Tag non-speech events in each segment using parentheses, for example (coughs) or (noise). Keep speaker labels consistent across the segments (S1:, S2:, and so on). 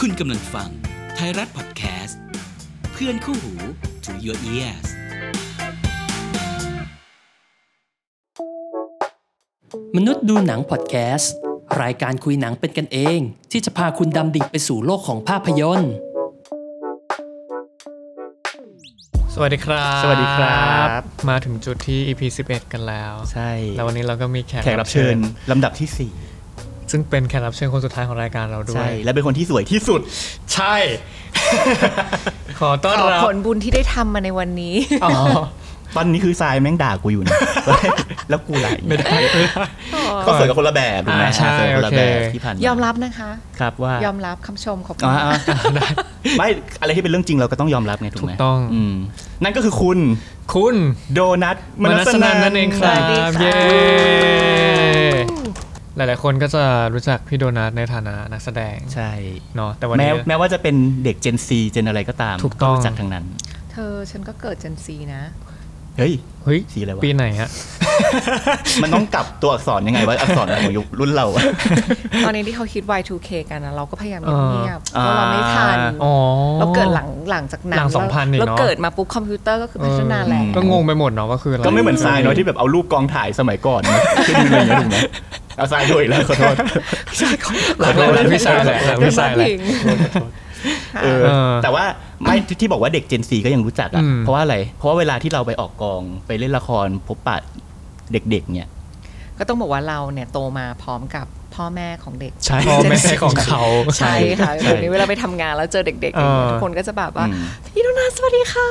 S1: คุณกำลังฟังไทยรัฐพอดแคสต์ เพื่อนคู่หู to your ears
S2: มนุษย์ดูหนังพอดแคสต์ รายการคุยหนังเป็นกันเอง ที่จะพาคุณดำดิ่งไปสู่โลกของภาพยนตร์
S3: สวัสดีครับ
S4: สวัสดีครับ
S3: มาถึงจุดที่ EP 11 กันแล้ว
S4: ใช่
S3: แล้ววันนี้เราก็มีแขก
S4: แขกรับเชิญลำดับที่
S3: ซึ่งเป็นแขกรับเชิญคนสุดท้ายของรายการเรา
S4: 4
S3: ด้ว
S4: ใช่
S3: ย
S4: และเป็นคนที่สวยที่สุด
S3: ใช่ ขอต้อน
S5: ขอ
S3: รับ
S5: ผลบุญที่ได้ทำมาในวันนี้
S3: อ๋อ
S4: ตอนนี้คือทรายแม่งด่ากู
S3: (laughs)
S4: อยู่นะ แล้วกูไหล
S3: ไม่ได้ไม่ได้
S4: ก็สวยกับคนละแบบถูกไหม
S3: อ่าใช่
S4: สวยกับคนละแบบ
S3: โอเค
S4: ที่ผ่านาย
S5: อมรับนะคะ
S4: ครับว่าย ย
S5: อมรับคำชมขอบคุ
S4: อ๋อ
S5: ณ
S4: อ๋อไม่อะไรที่เป็นเรื่องจริงเราก็ต้องยอมรับไงถูก
S3: ถู
S4: ไหม
S3: กต้อง
S4: มนั่นก็คือคุณ
S3: คุณ
S4: โดนัท
S3: มนัสนัน
S4: ท์
S3: นั่นเองครับเย้หลายๆ คนก็จะรู้จักพี่โดนัทในฐานะนักแสดง
S4: ใช่
S3: เนาะแต่วัน
S4: แม้
S3: นี้
S4: แม้ว่าจะเป็นเด็ก Gen Z เจนอะไรก็ตาม
S3: ถูกต้อง
S4: รู้จักทางนั้น
S5: เธอฉันก็เกิดเจนซีนะ
S4: เฮ้ย
S3: เฮ้ย
S4: สีอะไรวะ
S3: ปีไหนฮะ
S4: มันต้องกลับตัวอักษรยังไงวะอักษรอะไรของยุครุ่นเราอะ
S5: ตอนนี้ที่เขาคิด Y2K กันนะเราก็พยายามเงียบๆ
S4: อ่า
S5: เพราะเราไม่ทัน
S3: อ๋อ
S5: เราเกิดหลังหลังจากนั้น
S3: หลัง2000นี่เนอะ
S5: เราเกิดมาปุ๊บคอมพิวเตอร์ก็คือพัฒนาแล้ว
S3: ก็งงไปหมดเนาะว่าคืออะไร
S4: ก็ไม่เหมือนทรายเนาะที่แบบเอารูปกองถ่ายสมัยก่อนมาขึ้นอะไรอย่างเงี้ยถูกไหมเอาทรายด้วยอีกแล้วขอโทษ
S5: ใช่เขา
S3: หลังหลังวิชาแหละหลังวิชาแหละ
S5: เป็นบ้ผิง
S4: เออ
S3: เออ
S4: แต่ว่าไม่ที่ที่บอกว่าเด็ก Gen Z ก็ยังรู้จัก
S3: อืม
S4: อ่ะเพราะว่าอะไร เพราะว่าเวลาที่เราไปออกกองไปเล่นละครพบปะเด็กๆ เนี่ย
S5: ก็ต้องบอกว่าเราเนี่ยโตมาพร้อมกับพ่อแม่ของเด็ก
S4: ใช่
S3: พ่อแม่ของเขา
S5: ใช่ค่ะ
S4: ใช่
S5: เดี๋ยวนี้เวลาไปทำงานแล้วเจอเด็กๆ
S3: เออ
S5: ทุกคนก็จะแบบว่า
S4: อืม
S5: พี่โดนัทสวัสดีค่ะ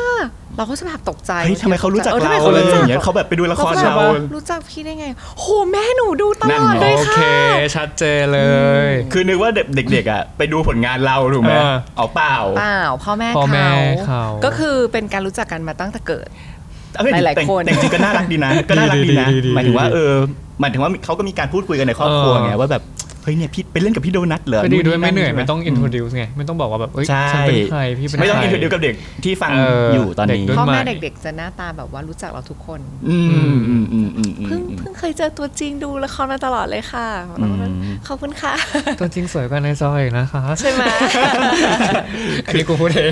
S5: เราก็จะแบบตกใจ
S4: เฮ้ยทำไมเขารู้จัก
S5: ออทำไม
S4: เรา
S5: เขา
S4: เลย
S5: รู้
S4: อ
S5: จัก
S4: ย่างเงี้ยเขาแบบไปดูละคร
S5: ก็แบบ
S4: เรา
S5: ว่ารู้จักพี่ได้ไง โหแม่หนูดูต
S4: นั่น
S5: ลอด
S4: ไง
S5: เลย
S3: โอเค
S5: ค่ะ
S3: ชัดเจนเลย
S4: คือนึกว่าเด็กเด็กๆอ่ะไปดูผลงานเราถูกไหม
S3: เออ
S4: เอาเปล่า
S5: เปล่าพ่อแม่
S3: พ่อแม่
S5: เ
S3: เขา
S5: ก็คือเป็นการรู้จักกันมาตั้งแต่เกิด
S4: เอ้ย
S5: หลายๆ
S4: แต่ง
S5: คน
S4: แต่งจริงก็น่ารักดีนะ
S3: (laughs)
S4: ก็น่ารักดีนะ
S3: ดีๆๆๆ
S4: หมายถึงว่าเออหมายถึงว่าเขาก็มีการพูดคุยกันในครอบครัว
S3: เออ
S4: ไงว่าแบบเฮ้ยเนี่ยพี่ไปเล่นกับพี่โดนัทเหรอ
S3: ไปดูด้วยไม่
S4: ใช่
S3: เหนื่อยไม่ต้องอินโทรดิวส์ไง ไม่ต้องบอกว่าแบบเอ้ย
S4: ใช่
S3: ฉันเป็นใครพี่เป็นใคร
S4: ไม่ต้องอินโทรดิวกับเด็กที่ฟัง
S3: เอออ
S4: อยู่ตอน
S3: เด็ก
S4: นี้
S3: ด้วย
S5: พ่อ
S3: ใหม่
S5: แม่เด็กๆ จะหน้าตาแบบว่ารู้จักเราทุกคน
S4: อืมอืมอืมอืมอืม
S5: เพิ่งเพิ่งเคยเจอตัวจริงดูละครมาตลอดเลยค่ะ
S4: อืม
S5: ขอบคุณค่ะ (laughs)
S3: ตัวจริงสวยกว่าในซอยอีกนะคะ
S5: ใช่ไหม
S3: อันนี้กูพูดเอง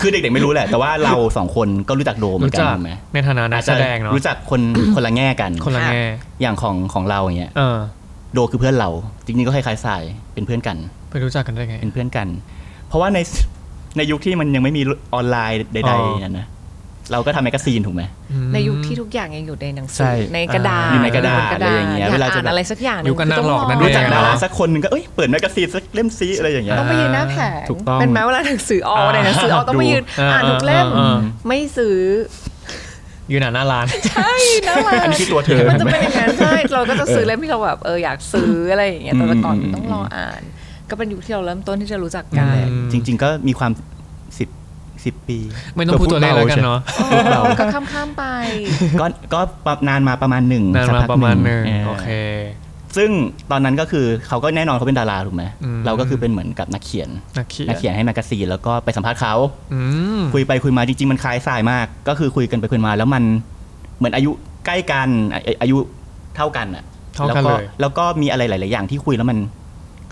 S4: คือเด็กๆไม่รู้แหละ แต่ว่าเราสองคนก็รู้จักโดมเหมือ
S3: รู้
S4: นกัน
S3: จัก
S4: ถูกไหม
S3: ในฐานะนักแสดงเนาะ
S4: รู้จักคน คนละแง่กัน
S3: คนละแง่
S4: อย่างของของเราอย่างเงี้ย
S3: เออ
S4: โดคือเพื่อนเราจริงๆก็คล้ายๆสายเป็นเพื่อนกัน
S3: ไปรู้จักกันได้ไง
S4: เป็นเพื่อนกัน เพราะว่าในในยุคที่มันยังไม่มีออนไลน์ใด
S3: อ๋อ
S4: ๆนั่นนะเราก็ทำแมกกาซีนถูกไหม
S3: อืม
S5: ในยุคที่ทุกอย่างยังอยู่ในหนังสื
S4: ใช่
S5: อในกระดาษ
S4: อยู่ในกระดาษ
S5: บน
S4: อะไรอย่างเงี้ย
S5: ก
S4: เว
S5: อ่
S4: ลาจะ
S5: น
S4: แบบ
S5: อะไรสักอย่าง
S3: ยุคกันนั่งหลอกนั่น
S5: ต้
S4: รู้
S5: ง
S4: จัก
S3: เอง
S4: ดารา
S3: เนาะ
S4: สักคนหนึงก็เอ้ยเปิดแมกกาซีนสักเล่มซีอะไรอย่างเงี้ย
S5: ต้องไปยืนหน้าแผง
S4: ถูกต้อง
S5: เป็นไหมเวลาหนังสือออก
S3: อ่า
S5: ในหนังสือออกต้องไปยืน
S3: อ่า
S5: อ่านทุกเล่ม
S3: อ่าอ่า
S5: ไม่ซื้อ
S3: อยู่หน้าหน้าร้าน
S5: ใช่นะมั
S4: อัน
S5: น
S4: นี้คือตัวเธอ
S5: มันจะเป็นอย่างนั้นใช่เราก็จะซื้อเล่มที่เราแบบเอออยากซื้ออะไรอย่างเงี้ยแต่แต่ก่อน
S4: อืม
S5: ต้องรออ่าน ก็เป็นยุคที่เราเริ่มต้นที่จะรู้จักกัน
S3: อืม
S4: จริง ๆ ก็มีความสิบสิบปี
S3: ไม่ต้องพูดตัวเลขแล้วกันเนาะ
S5: เออก็ข้ามๆไป
S4: ก็ก็นานมาประมาณหนึ่ง
S3: นานมา
S4: สักพัก
S3: ประมาณหนึ่ง
S4: อ
S3: โอเค
S4: ซึ่งตอนนั้นก็คือเขาก็แน่นอนเขาเป็นดาราถูกไหม
S3: อืม
S4: เราก็คือเป็นเหมือนกับนักเขียน
S3: นักเขีย
S4: นักเขีย
S3: น
S4: นให้แมกกาซีนแล้วก็ไปสัมภาษณ์เขา
S3: อืม
S4: คุยไปคุยมาจริง ๆ มันคล้ายสายมาก ก็คือคุยกันไปคุยมาแล้วมันเหมือนอายุใกล้กันอ่ะอ่ะอายุเท่ากันอ่ะ
S3: เท่ากัน
S4: แล้วก็
S3: เลย
S4: แล้วก็มีอะไรหลาย ๆ อย่างที่คุยแล้วมัน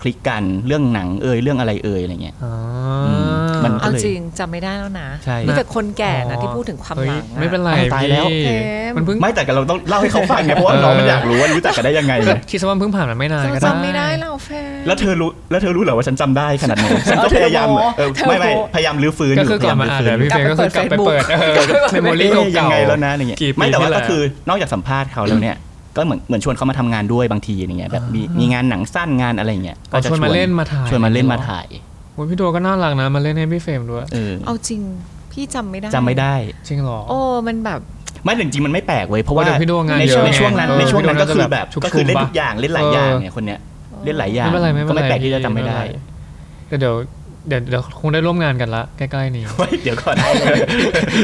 S4: คลิกกันเรื่องหนังเอ่ยเรื่องอะไรเอ่ยอะไรเงี้ย
S3: อ๋ออ
S4: มมัน
S5: เอาจริงจำไม่ได้แล้วนะ
S4: ใช่
S5: มีแต่คนแก่นะที่พูดถึงความหลัง
S3: เฮ้ย
S5: อะ
S3: ไม่เป็นไร
S4: อ้าวตาย
S3: พี่
S4: แล้ว
S3: มันเพิ่ง
S4: ไม่แต่เราต้องเล่าให้เขาฟังไงเพราะว่า
S3: เออ
S4: น้องมันอยากรู้ว่ารู้จักกันได้ยังไงไง
S3: คิดซะว่าเพิ่งผ่านมาไม่นานก็ได้
S5: จำไม่ได้เราแฟน
S4: แล้วเธอรู้แล้วเธอรู้เหรอว่าฉันจำได้ขนาดนี้ฉันก็พยายามเออ
S5: เธอโม้
S4: ไม่ไม่พยายามรื้อฟื้น
S3: ก็
S4: ยู่
S3: คือก่อนมาอ่าน
S4: พยยรื้
S3: เดี๋ยว
S4: ฟื้
S3: พี่เฟย์ก็คือกลับไปเปิดเออเมมโมรี่
S4: เอ๊ะยั
S3: เก่าง ๆ
S4: ไงแล้วนะอย่างเงี้ย
S3: กี่ปี
S4: ไม่แต่ว่า
S3: ที่
S4: ก็
S3: ล้
S4: คือนอกจากสัมภาษณ์เขาแล้วเนี่ยก็เหมือนเหมือนชวนเขามาทำงานด้วยบางทีอย่างเงี้ยแบบมีมีงานหนังสั้นงานอะไรอย่างเงี้ยก็
S3: เอาชวนมาเล่นมาถ่าย
S4: ชวนมาเล่นมาถ่าย
S3: โอ้ยพี่โดก็น่ารักนะมาเล่นให้พี่เฟรมด้วย
S4: เออ
S5: เอาจริง พี่จำไม่ได้
S4: จำไม่ได้
S3: จริงเหรอ
S5: โอ้มันแบบ
S4: ไม่แต่จริงๆมันไม่แปลกเว้ยเพราะ
S3: เพราะ
S4: ว่า
S3: เดี๋ยวพี่โด่งาน
S4: ใน
S3: เยอะ
S4: ช่วงในช่วงนั้น
S3: ไง
S4: ในช่วงนั้น
S3: เออ
S4: ก็คือแบบ
S3: พี่โด่ง
S4: ก็คือเล่น
S3: จะแบบ
S4: ทุกอย่างเล่นหลาย
S3: เอออ
S4: อย่างเนี่ยคนเนี้ยเล่นหลายอย่าง
S3: ไม่เป็นไรไม่เป็
S4: ก็
S3: นไร
S4: ไม่แปลกที่จะจำไม่ได้
S3: แต่เดี๋ยวเดี๋ยวเดี๋ยวคงได้ร่วมงานกันละใกล้ๆนี้
S4: เว้ยเดี๋ยวก่อน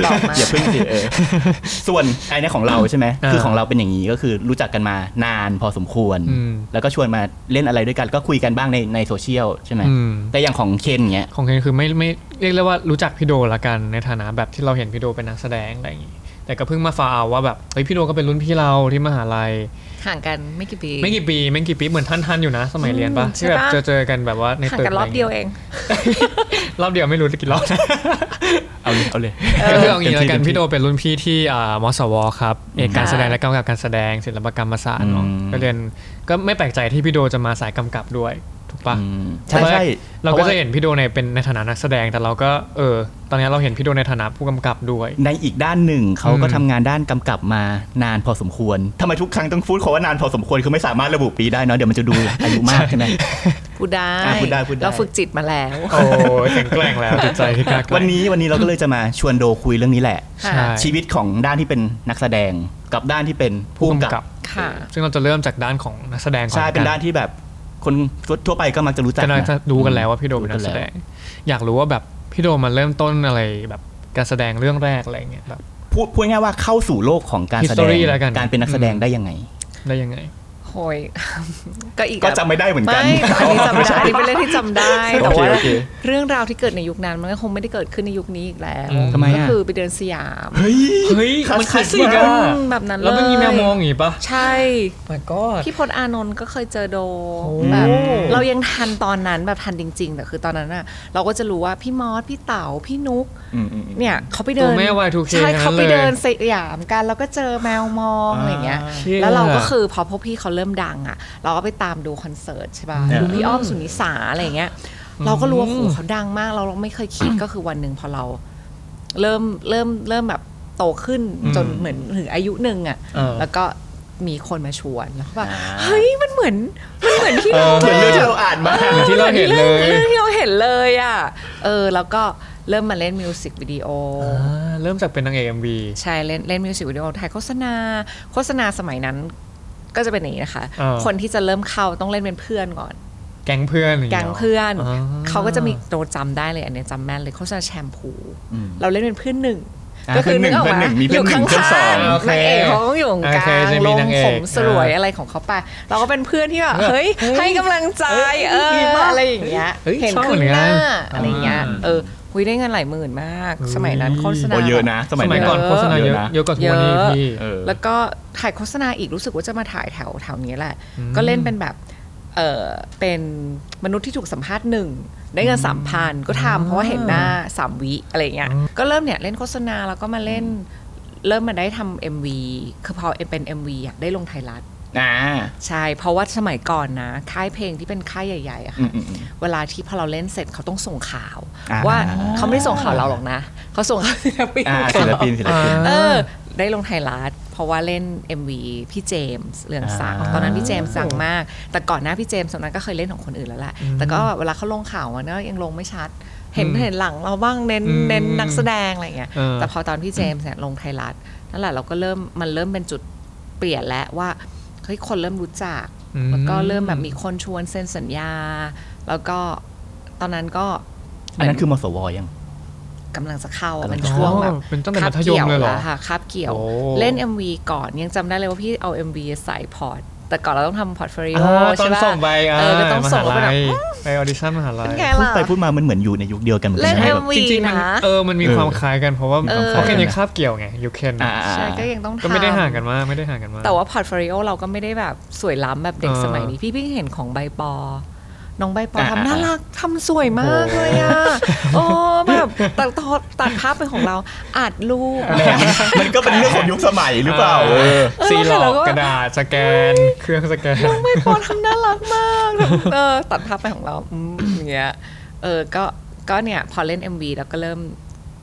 S5: ตอบมา
S4: อย่าเพึ่งสิเออ (laughs) ส่วนไอ้เนี่ยของเราใช่ไหม
S3: อ่า
S4: คือของเราเป็นอย่างนี้ก็คือรู้จักกันมานานพอสมควร
S3: อืม
S4: แล้วก็ชวนมาเล่นอะไรด้วยกันก็คุยกันบ้างในในโซเชียลใช่ไหม
S3: อืม
S4: แต่อย่างของเคนเงี้ย
S3: ของเคนคือไม่ไม่เรียกได้ว่ารู้จักพี่โดละกันในฐานะแบบที่เราเห็นพี่โดเป็นนักแสดงอะไรอย่างงี้แต่ แต่ก็เพิ่งมาฟาเอาว่าแบบเฮ้ยพี่โดก็เป็นรุ่นพี่เราที่มหาลัย
S5: ห่างกันไม่กี่ปี
S3: ไม่กี่ปีไม่กี่ปีเหมือนท่านทันๆอยู่นะ สมัยเรียนปะ
S5: อืม
S3: ที่แบบ
S5: ใช่ปะ
S3: เจอเจอกันแบบว่าใน
S5: ห่าง
S3: ตึก
S5: กันรอบเดียว
S3: ะ
S5: เอง
S3: ไงี้รอบเดียวไม่รู้จะกี่รอบนะ
S4: เอาเลยเอาเลย
S3: ก็คือเอางี้แล้วกัน
S4: เต็มที่
S3: พี่โดเป็นรุ่นพี่ที่อ่ามสวครับเอกการแสดงและกำกับการแสดงศิลปกรรมศาสตร์เนาะ
S4: อืม
S3: ก็เรียนก็ไม่แปลกใจที่พี่โดจะมาสายกำกับด้วยถูกปะ
S4: อืมใช่ใช่
S3: เราก็จะเห็นพี่โดในเป็นในฐานะนักแสดงแต่เราก็เออ ตอนนี้เราเห็นพี่โดในฐานะผู้กำกับด้วย
S4: ในอีกด้านหนึ่งเขาก็
S3: อืม
S4: ทำงานด้านกำกับมานานพอสมควรทำไมทุกครั้งต้องพูดคำว่านานพอสมควรคือไม่สามารถระบุปีได้เนาะเดี๋ยวมันจะดูอายุมากใช่ไหม
S5: พูดได้
S4: อ่ะพูดได้พูดได้
S5: เราฝึกจิตมาแล้ว
S3: โอ้ยแข็งแกร่งแล้วจิตใจที่กล้าแกร่ง
S4: วันนี้วันนี้เราก็เลยจะมาชวนโดคุยเรื่องนี้แหละ
S3: ใช่
S4: ชีวิตของด้านที่เป็นนักแสดงกับด้านที่เป็นผู้
S3: ผู้
S4: กำ
S3: กำ
S4: กั
S3: กั
S4: บบ
S5: ค่ะ
S3: ซึ่งเราจะเริ่มจากด้านของนักแสดงก่อน
S4: ใช่เป็น
S3: กั
S4: ด้านที่แบบคนทั่วไปก็มักจะรู้จัก
S3: แต่เราจะ
S4: ะ
S3: ดูกันแล้วว่าพี่โดเป็นนักแสดง อยากรู้ว่าแบบพี่โดมาเริ่มต้นอะไรแบบการแสดงเรื่องแรกอะไรเงี้ยแบบ
S4: พูดพูดง่ายๆว่าเข้าสู่โลกของการแสดง
S3: History แล้วกัน
S4: การเป็นนักแสดงได้ยังไง
S3: ได้ยังไง
S5: โหย ก็อีก
S4: ก็
S5: อะ
S4: จำไม่ได้เหมือนกั
S5: ไม่
S4: น
S5: อันนี้จำได้อันนี้เป็นเรื่องที่จำได้
S4: โอเค
S5: แต่ว่า
S4: โอเค
S5: เรื่องราวที่เกิดในยุคนั้นมันก็คงไม่ได้เกิดขึ้นในยุคนี้อีกแล้ว
S3: อืม
S4: ทำไมอะ
S5: ก็คือไปเดินสยาม
S4: เฮ้ย
S3: เฮ้ยมันคลาสสิกอะ
S4: คลาสสิกมาก
S5: อืมแบบนั้นเลย
S3: แล้วมันมีแมวมองอย่างงี้ปะ
S5: ใช่
S3: my god
S5: พี่พจน์อานนท์ก็เคยเจอโด
S3: โอ้
S5: แบบเรายังทันตอนนั้นแบบทันจริงๆแต่คือตอนนั้นอะเราก็จะรู้ว่าพี่มอสพี่เต๋าพี่นุ๊ก เนี่ยเขาไปเดิ
S3: ตั
S5: น
S3: วแม่ Y2K
S5: ใช่
S3: ทั้งนั้นเลย
S5: เขาไปเดินสยามกันแล้วก็เจอแมวมองอะไรอย่างเงี้ย
S4: อ่า
S3: เชี่ย
S5: แล้วเราก็คือพอพวกพี่เขาเริ่มดังอ่ะ เราก็ไปตามดูคอนเสิร์ตใช่ป่ะ
S4: อืม
S5: ดูพี่อ้อมสุนิสาอะไรอย่างเงี้ย เราก็รู้ว่าโหเขาดังมากเราไม่เคยคิดก็คือวันหนึ่งพอเรา เริ่มเริ่มเริ่มแบบโตขึ้นจนเหมือนถึงอายุหนึ่งอ่ะ
S3: เออ
S5: แล้วก็มีคนมาชวนแล้วก็แบบเฮ้ยมันเหมือนมันเหมือนที่เรา
S4: เหมือนเรื่องที่เราอ่านมา
S3: เหมือนที่เราเห็นเลย
S5: เรื่องที่เราเห็นเลยอ่ะ เออ แล้วก็เริ่มมาเล่นมิวสิกวิดีโอ
S3: อ่าเริ่มจากเป็นนางเอก MV
S5: ใช่ เล่นเล่นมิวสิกวิดีโอถ่ายโฆษณา โฆษณาสมัยนั้นก็จะเป็นอย่างนี้นะคะ
S3: อ่า
S5: คนที่จะเริ่มเข้าต้องเล่นเป็นเพื่อนก่อน
S3: แก๊งเพื่อนย่า
S5: แก๊
S3: ย
S5: ง
S3: หร
S5: เพื่อน
S3: อ่า
S5: เขาก็จะมีโตจำได้เลยอันเนี้ยจำแม่นเลยโฆษณาแชมพู
S4: อืม
S5: เราเล่นเป็นเพื่อนหนึ่ง
S4: อ่า
S5: ก็คือ
S4: เพื่อนหนึ่ง
S5: กก
S4: เพื่อนหนึ่งมีเพื่อนหนึ่ง
S5: ยู่ข้า
S4: เพื่อนสอง
S5: ๆนางเอกเขาต้องอยู่ก
S3: โอเค
S5: ลาง
S3: จะมี
S5: ลง
S3: นางเอก
S5: ผมสรวย
S3: อ่า
S5: อะไรของเขาไป เราก็เป็นเพื่อนที่แบบเฮ้ย
S3: เฮ้ย
S5: ให้กำลังใจเอ
S3: เฮ้ยดี
S5: อ
S3: มาก
S5: อะไรอย่างเงี้ย
S3: เฮ้ย
S5: เห็น
S3: ชอบ
S5: ขึ้น
S3: เหมือนกัน
S5: หน้า
S3: อ่า
S5: อะไรอย่างเงี้ยเออคุยได้เงินหลายหมื่นมาก สมัยนั้นโฆษณา
S4: โอ้เยอะนะ สมั
S3: สมัยก่อน
S5: เยอะ
S3: โฆษณาเยอะเยอะกว่าทุกวันนี้พี่
S4: เออ
S5: แล้วก็ถ่ายโฆษณาอีกรู้สึกว่าจะมาถ่ายแถวแถวนี้แหละ ก็เล่นเป็นแบบเออเป็นมนุษย์ที่ถูกสัมภาษณ์หนึ่งได้เงินสามพันก็ทำเพราะว่าเห็นหน้าสามวิอะไรอย่างเงี้ยก็เริ่มเนี่ยเล่นโฆษณาแล้วก็มาเล่น เริ่มมาได้ทำ MV คือพอเป็น MV อยากได้ลงไทยรัฐ
S4: อ่า
S5: ใช่ เพราะว่าสมัยก่อนนะ ค่ายเพลงที่เป็นค่ายใหญ่ๆอะ
S4: อื
S5: ค่ะ
S4: มอืมอืม
S5: เวลาที่พอเราเล่นเสร็จเขาต้องส่งข่าว
S4: อ่า
S5: ว่าเขาไม่ได้ส่งข่าวเราหรอกนะเขาส่งข่าว (laughs) ศิลปิน
S4: อ่าศิลปินศิลปิน
S5: เออ ได้ลงไทยรัฐเพราะว่าเล่น MV พี่เจมส์เรืองสัง
S4: อ่า
S5: ตอนนั้นพี่เจมส์สังมาก แต่ก่อนหน้าพี่เจมส์ตอนนั้นก็เคยเล่นของคนอื่นแล้วแหละแต่ก็เวลาเขาลงข่าวอะเนอะยังลงไม่ชัด เห็น
S3: อืม
S5: เห็นหลังเราบ้างเน้น
S3: อืม
S5: เน้นนักแสดงอะไรอย่างเงี้ย
S3: เออ
S5: แต่พอตอนพี่เจมส์เนี่ยลงไทยรัฐนั่นแหละเราก็เริ่มมันเริ่มเป็นจุดเปลี่ยนแล้วว่าเฮ้ยคนเริ่มรู้จัก
S3: อื
S5: แล้วก็เริ่มแบบมีคนชวนเซ็นสัญญา แล้วก็ตอนนั้นก็
S4: อันนั้นคือมสวยัง
S5: กำลังจะเข้าอะ
S4: กำลั
S5: มั
S4: ง
S5: น
S4: จะ
S5: ช่วงแบบ
S3: อ๋อเป็นตั้งแต่มัธยมเลยเหรอ
S5: คาบกี่วแล้วค่ะคาบเกี่ยว
S3: โอ้
S5: เล่น MV ก่อนยังจำได้เลยว่าพี่เอา MV ใส่พอร์ต แต่ก่อนเราต้องทำพอร์ตโฟลิโอ
S3: อ่าตอ
S5: ใช่
S3: น
S5: ป่ะ
S3: ส่งไป
S5: เออก็ต้องส่ง
S3: ม
S5: แล้วก็
S3: หา
S5: แบบ
S3: ลัยไปออดิชั่นมหาลัย
S5: เป็นไง
S4: พูด
S5: ล่ะ
S4: ไปพูดมามันเหมือนอยู่ในยุคเดียวกันเหมือน
S5: เล่
S4: กัน นนะ
S5: MV
S3: จริงๆมัน
S5: นะ
S3: เออมันมี
S4: เออ
S3: ความคล้ายกันเพราะว่า
S5: เออ
S3: เขาแค่ยังคาบเกี่ยวไงยูเคน
S4: อ่า
S5: ใช่ก็ยังต้องทำ
S3: ก็ไม่ได้ห่างกันมากไม่ได้ห่างกันมาก
S5: แต่ว่าพอร์ตโฟลิโอเราก็ไม่ได้แบบสวยล้ำแบบเด็ก
S3: เออ
S5: สมัยนี้ พี่เพิ่งเห็นของใบปอ น้องใบปอ
S4: อ่า
S5: ทำน่า
S4: อ่า
S5: รักทำสวยมากเลยอ่ะโอ้แบบตัดต่อตัดภาพเป็นของเราอัดรูป
S4: มันก็เป็นเรื่องของยุคสมัยหรือเปล่า
S3: เออ
S4: เออ
S3: ซีหลอก
S5: แล้วก็
S3: กระดาษสแกน เครื่องสแกน
S5: น้องใบปอทำน่ารักมาก
S3: (laughs)
S5: เออตัดภาพไปของเราอืมอย่างเงี้ย เออ ก็ ก็เนี่ย พอเล่น MV แล้วก็เริ่ม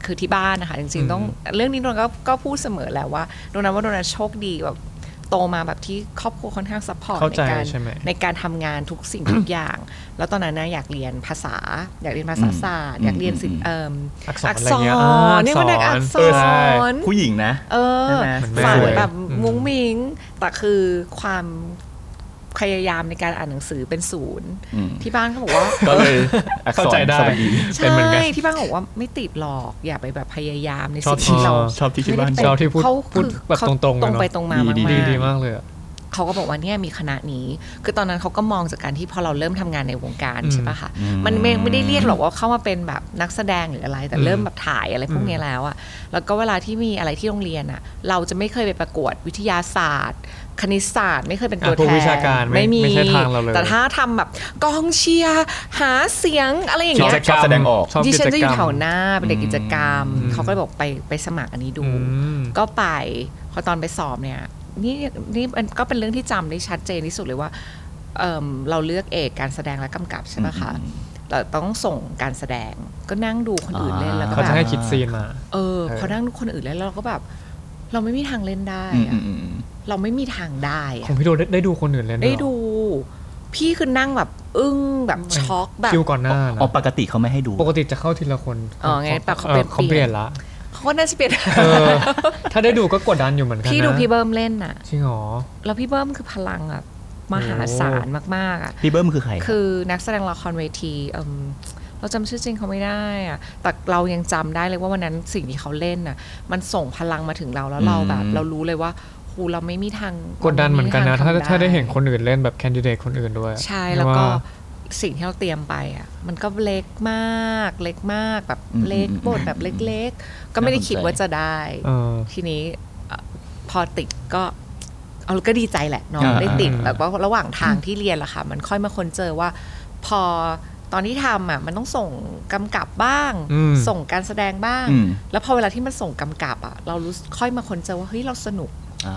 S5: คือที่บ้านนะคะ จริง ๆ ต้อง เรื่องนี้โดนก็ ก็พูดเสมอแหละว่า โดนนะว่าโดนนะโชคดีแบบ โตมาแบบที่ครอบครัวค่อนข้างซัพพอร์ต
S3: เข้าใจ
S5: การ
S3: ใช่ไหม
S5: การทำงานทุกสิ่งทุกอย่าง แล้วตอนนั้นนะอยากเรียนภาษา อยากเรียนภาษาศาสตร์ อยากเรียนศิลป์เอิ่ม
S3: อักษรอะไรเงี้ยอ่า
S5: เนี่ยมันเด็กอักษ
S3: เออใช่
S5: ร
S4: ผู้หญิงนะ
S5: เออ
S4: ใช่ไหม
S3: มัน
S5: ฝัน
S3: สวย
S5: แบบ
S3: อืม
S5: มุ้งมิงแต่คือความพยายามในการอ่านหนังสือเป็นศูนย์
S4: อืม
S5: ที่บ้านก็
S3: (laughs)
S5: บอกว่า
S4: ก็เลยอักษ
S3: เข้าร ใจได้
S4: สวัสดี
S3: เป็นเหมือนกัน
S5: ใช่ที่บ้านก็บอกว่าไม่ติดหรอกอย่าไปแบบพยายามใน
S3: ชอบ
S5: สิ่งที่
S3: ที่
S5: เรา
S4: ชอบที่ที่บ้าน
S5: ไม่ไเป็
S3: ชอบที่พูด
S5: เขา
S3: พูดแบบ
S5: เขา
S3: ตรงๆเลยเนอะ
S5: ไปตรงมามาก
S4: ดี
S3: ดีดี
S5: ๆ
S3: มากเลยอะ
S5: เขาก็บอกว่าเนี่ยมีคณะนี้ คือตอนนั้นเขาก็มองจากการที่พอเราเริ่มทำงานในวงการ
S3: อืม
S5: ใช่ปะคะ
S4: อืม
S5: มันไม่ไม่ได้เรียกหรอกว่าเข้ามาเป็นแบบนักแสดงหรืออะไร แต่
S3: อืม
S5: เริ่มแบบถ่ายอะไรพวกเนี้ย
S3: อืม
S5: แล้วอะแล้วก็เวลาที่มีอะไรที่โรงเรียนอะเราจะไม่เคยไปประกวดวิทยาศาสตร์ คณิตศาสตร์ ไม่เคยเป็นตัว
S3: อ่ะพวก
S5: แทน
S3: วิชาการไม่
S5: มี
S3: ไม่ใช่ทางเราเลย
S5: แต่ถ้าทำแบบกองเชียร์หาเสียงอะไรอย่าง
S4: ชอบ
S5: เงี้ย
S4: ชอบแสดงออก
S3: ชอบ
S5: ดิ
S3: กิ
S5: ฉัน
S3: จ
S5: จะอ
S3: ร
S5: กยู่แถ
S3: รม
S5: วหน้าเป็นเด็กกิจกรรม
S3: อืม
S5: เขาก็เลยบอกไปไปสมัครอันนี้ดู
S3: อืม
S5: ก็ไปพอตอนไปสอบเนี่ยนี่นี่มันก็เป็นเรื่องที่จำได้ชัดเจนที่สุดเลยว่าเอิ่มเราเลือกเอกการแสดงและกำกับใช่ไหมคะเราต้องส่งการแสดงก็นั่งดูคนอื่นเล่นแล้วก็
S3: เขา
S5: แบ
S3: จะ
S5: บ
S3: ให้คิดซีนมา
S5: เออ
S3: เออ
S5: พอนั่งดูคนอื่นเล่นแล้วเราก็แบบ เราไม่มีทางเล่นได้
S4: อืม
S5: อะ
S4: อืมอืมอืม
S5: เราไม่มีทางได้
S3: ข
S5: อะ
S3: องพี่โดได้ได้ดูคนอื่นเล่นวย
S5: ได้
S3: เหรอ
S5: ดู พี่คือนั่งแบบ อึ้งแบบช็อกแบบ
S3: คิวก่อนหน้านะ
S4: อ๋อปกติเขาไม่ให้ดู
S3: ปกติจะเข้าทีละคน
S5: อ๋อไงปะเขาเปลี่ยน
S3: เขาเปลี่ยนละ
S5: เขาก็น่าจะเปลี่ยน
S3: เอ
S5: (laughs)
S3: อถ้าได้ดูก็กดดันอยู่เหมือนกันนะ
S5: พี่ดูพี่เบิ้มเล่นน่ะ
S3: จริงเหรอ
S5: แล้วพี่เบิ้มคือพลังแบบมหาศาลมากๆอ่ะ
S4: พี่เบิ้มคือใครรับ
S5: คือนักแสดงละครเวทีเอิ่มเราจำชื่อจริงเขาไม่ได้อ่ะ แต่เรายังจำได้เลยว่าวันนั้นสิ่งที่เขาเล่นน่ะ มันส่งพลังมาถึงเราแล้วเราแบบ
S4: อืม
S5: เรารู้เลยว่าครูเราไม่มีทาง
S3: กดดันเหมือนกันนะ
S5: ร
S3: ถ้า
S5: ไม่มีทง
S3: ถ้าได้
S5: ทำ
S3: เห็นคนอื่นเล่นแบบแคนดิเดตคนอื่นด้วย
S5: ใช่แล้วก็
S3: า
S5: สิ่งที่เราเตรียมไปอ่ะ มันก็เล็กมาก เล็กมากแบบ
S4: อืม
S5: เล็ก
S4: อืม
S5: บทแบบเล็ก ๆ ก็ไม่ได้คิดว่าจะได้
S3: เออ
S5: ทีนี้เอ่อพอติดก็เอาก็ดีใจแหละเน้อง
S4: อ่า
S5: ได้ติด
S3: อ่า
S5: แต่ว่าระหว่างทางที่เรียนล่ะค่ะ มันค่อยมาค้นเจอว่า พอตอนที่ทำอ่ะมันต้องส่งกำกับบ้าง
S3: อืม
S5: ส่งการแสดงบ้าง
S4: อืม
S5: แล้วพอเวลาที่มันส่งกำกับอ่ะ เรารู้สึกค่อยมาค้นเจอว่าเฮ้ยเราสนุก
S4: อ่า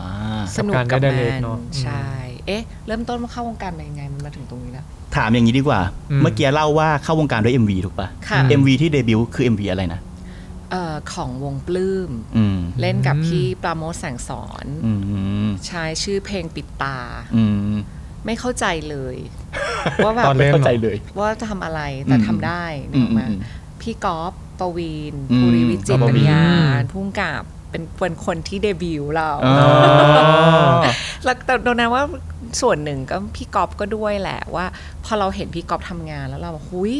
S5: สนุก
S3: การได้
S5: กับ
S3: ได้
S5: มั
S3: เล็ก
S5: น
S3: เนอะอืม
S5: ใช่เอ๊ะ เริ่มต้นมาเข้าวงการมายังไงมันมาถึงตรงนี้แล้ว
S4: ถามอย่างนี้ดีกว่า
S3: อืม
S4: เมื่อกี้เล่าว่าเข้าวงการด้วย MV ถูกปะ
S5: ค่ะ
S4: MV ที่เดบิวต์คือ MV อะไรนะ
S5: เอ่อของวงปลื้ม
S4: อืม
S5: เล่นกับพี่ปราโมทแสงสอน
S4: อืม
S5: ใช้ชื่อเพลงปิดตา
S4: อืม
S5: ไม่เข้าใจเลย
S3: (laughs)
S5: ว่าแบบ
S3: ตอน
S4: ไม่
S3: เล่น
S4: เข้า
S3: เหร
S4: ใจ
S3: อ
S4: เลย
S5: ว่าจะทำอะไรแต่
S4: อืม
S5: ทำได้
S4: อื
S5: นึก
S4: ม
S5: ออกมา
S4: อืมอืม
S5: พี่กอล์ฟปวีน
S4: อืม
S5: ภูริวิจิตร
S4: ปวีณ
S5: ปัญญาพุ่งกับเป็นเป็นคนที่เดบิวต์เรา
S4: อ๋อ
S5: แล้วแต่โดนั้นว่าส่วนหนึ่งก็พี่กอล์ฟก็ด้วยแหละว่า พอเราเห็นพี่กอล์ฟทำงานแล้วเราแบบหุย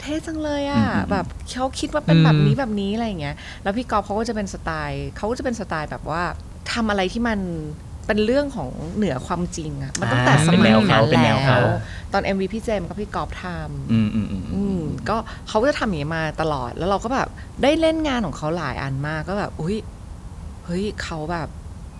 S5: เท่จังเลย
S4: อื
S5: อ่ะ
S4: มอืม
S5: แบบเขาคิดว่าเป็นแบบนี้
S3: อืม
S5: แบบนี้อะไรอย่างเงี้ยแล้วพี่กอล์ฟเขาก็จะเป็นสไตล์เขาก็จะเป็นสไตล์แบบว่าทำอะไรที่มันเป็นเรื่องของเหนือความจริงอ่ะมันตั้งแต่สมัย
S4: อ่า
S5: นั้น
S4: เป็นแนเขาเป็น
S5: แล้วว
S4: แนวเขา
S5: ตอน MV พี่เจมส์กับพี่กอล์ฟทำ
S4: อืมอืมอืม
S5: อืมก็เขาก็จะทำอย่างนี้มาตลอดแล้วเราก็แบบได้เล่นงานของเขาหลายอันมากก็แบบอุ้ยเฮ้ยเขาแบบ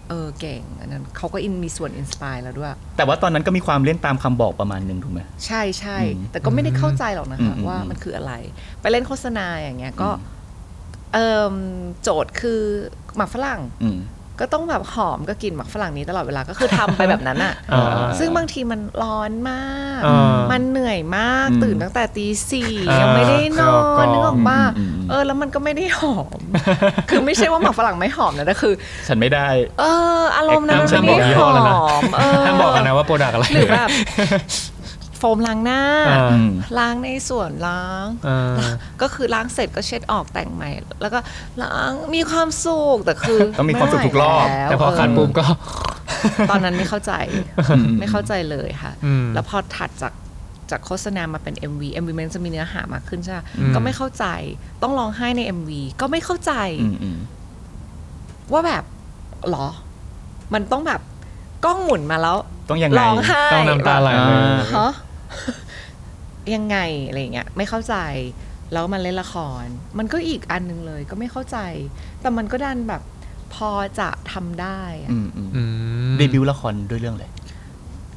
S5: เออเก่งอันนั้นเขาก็อินมีส่วนอินสปายแล้วด้วย
S4: แต่ว่าตอนนั้นก็มีความเล่นตามคำบอกประมาณหนึ่งถูกไหม
S5: ใช่ใช่
S4: อืม
S5: แต่ก็ไม่ได้เข้าใจหรอกนะคะ
S4: อืม
S5: ว่ามันคืออะไร ไปเล่นโฆษณาอย่างเงี้ยก็
S4: อืม
S5: เอมโจทย์คือหมักฝรั่ง
S4: อืม
S5: ก็ต้องแบบหอมก็กลินหมักฝรั่งนี้ตลอดเวลาก็คือทำไปแบบนั้นอะ
S3: อ่า
S5: ซึ่งบางทีมันร้อนมาก
S3: อ่ามั
S5: มันเหนื่อยมาก
S4: อืม
S5: ตื่นตั้งแต่ตีสี่
S3: อ่ายั
S5: ยังไม่ได้นอ
S3: เข้าน กอง
S5: นึกออกป่ะ
S4: อืมอืมอืม
S5: เออแล้วมันก็ไม่ได้หอม คือไม่ใช่ว่าหมักฝรั่งไม่หอมนะแต่คือ
S4: ฉันไม่ได้
S5: เออ อารมณ์นั้น
S4: ห้าม
S5: มัน
S4: ฉันบ
S5: ไม่
S4: อกยี่ห้อแล้
S5: ได้หอ
S4: วนะ
S5: มเออ
S3: ห้ามบอกกันนะว่าโปรดักอะไร
S5: หรือแบบโฟมล้างหน้า
S3: อ่า
S4: อืม
S5: ล้างในส่วนล้าง
S3: อ่า
S5: ก็คือล้างเสร็จก็เช็ดออกแต่งใหม่ แล้วก็ล้างมีความสุขแต่คือ
S4: ต้องมีความสุขทุกรอบ
S5: ไม่ไหวล้ว
S3: แต่พอคัน
S5: เ
S3: ปุ๊บก็
S5: ตอนนั้นไม่เข้าใจ
S4: อืม
S5: ไม่เข้าใจเลยค่ะ
S3: อืม
S5: แล้วพอถัดจากจากโฆษณามาเป็น MV MV มันจะมีเนื้อหามากขึ้นใช่ปะ
S3: อืม
S5: ก็ไม่เข้าใจ ต้องร้องไห้ใน MV ก็ไม่เข้าใจ
S4: อืมอืม
S5: ว่าแบบหรอ มันต้องแบบกล้องหมุนมาแล้ว
S4: ต้องยังไง
S5: ร้องไห้
S3: ต้องน้ำตาไหล
S4: อ่า
S3: เลย
S5: ฮะ (laughs) ยังไงอะไรอย่างเงี้ยไม่เข้าใจ แล้วมันเล่นละคร มันก็อีกอันหนึงเลย ก็ไม่เข้าใจ แต่มันก็ดันแบบ พอจะทำได้อะ
S4: อืมอืม
S3: อืม
S4: เดบิวต์ละครด้วยเรื่องอะไร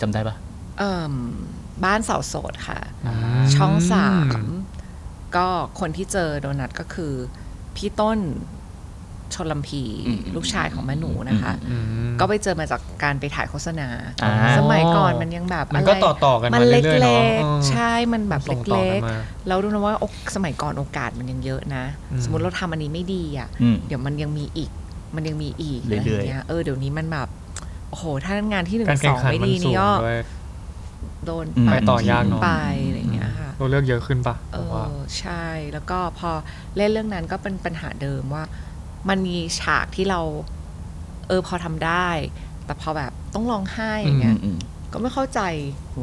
S4: จำได้ปะ
S5: เอิ่มบ้านเสาโสดค่ะ
S3: อืม
S5: ช่องสามก็คนที่เจอโดนัทก็คือ พี่ต้นชนลำพี
S4: อืม
S5: ลูกชายของแม่หนูนะคะ
S3: อืม
S5: ก็ไปเจอมาจากการไปถ่ายโฆษณา
S4: อ่า
S5: สมัยก่อนมันยังแบบ
S3: มันก็
S5: ะไร
S3: ต่อต่อกันมา
S5: มัน
S3: เรื่อยๆเนอะ
S5: เล็ก
S3: อืม
S5: ๆ ใช่มันแบบ
S3: ส่งต่อ
S5: เล็
S3: น
S5: ก
S3: มา
S5: ๆ แล้วดูนะว่าโอกสมัยก่อนโอกาสมันยังเยอะนะ
S3: อืม
S5: สมมติเราทำอันนี้ไม่ดีอ่ะ
S4: อืม
S5: เดี๋ยวมันยังมีอีก มันยังมีอีก
S4: เรื่อยๆ
S5: ะไรางงี้เออเดี๋ยวนี้มันแบบโอ้โหถ้างานที่หนึ่ง
S3: การ
S5: ส
S3: แข่ง
S5: อง
S3: ขัน
S5: ไม่
S3: มัน
S5: ดี
S3: สู
S5: นี่
S3: ง
S5: ก็
S3: ด้วย
S5: โดน
S4: อืม
S3: ไปต่อยากเนอะ
S5: ไปอะไรอย่างเงี้ยค่ะ
S3: เราเลือกเยอะขึ้นปะ
S5: เอ
S3: ผม
S5: อ
S3: ว่า
S5: ใช่แล้วก็พอเล่นเรื่องนั้นก็เป็นปัญหาเดิมว่า มันมีฉากที่เรา เออพอทำได้ แต่พอแบบต้องร้องไห้อย่า
S4: อื
S5: งเงี้ย
S4: มอืม
S5: ก็ไม่เข้าใจ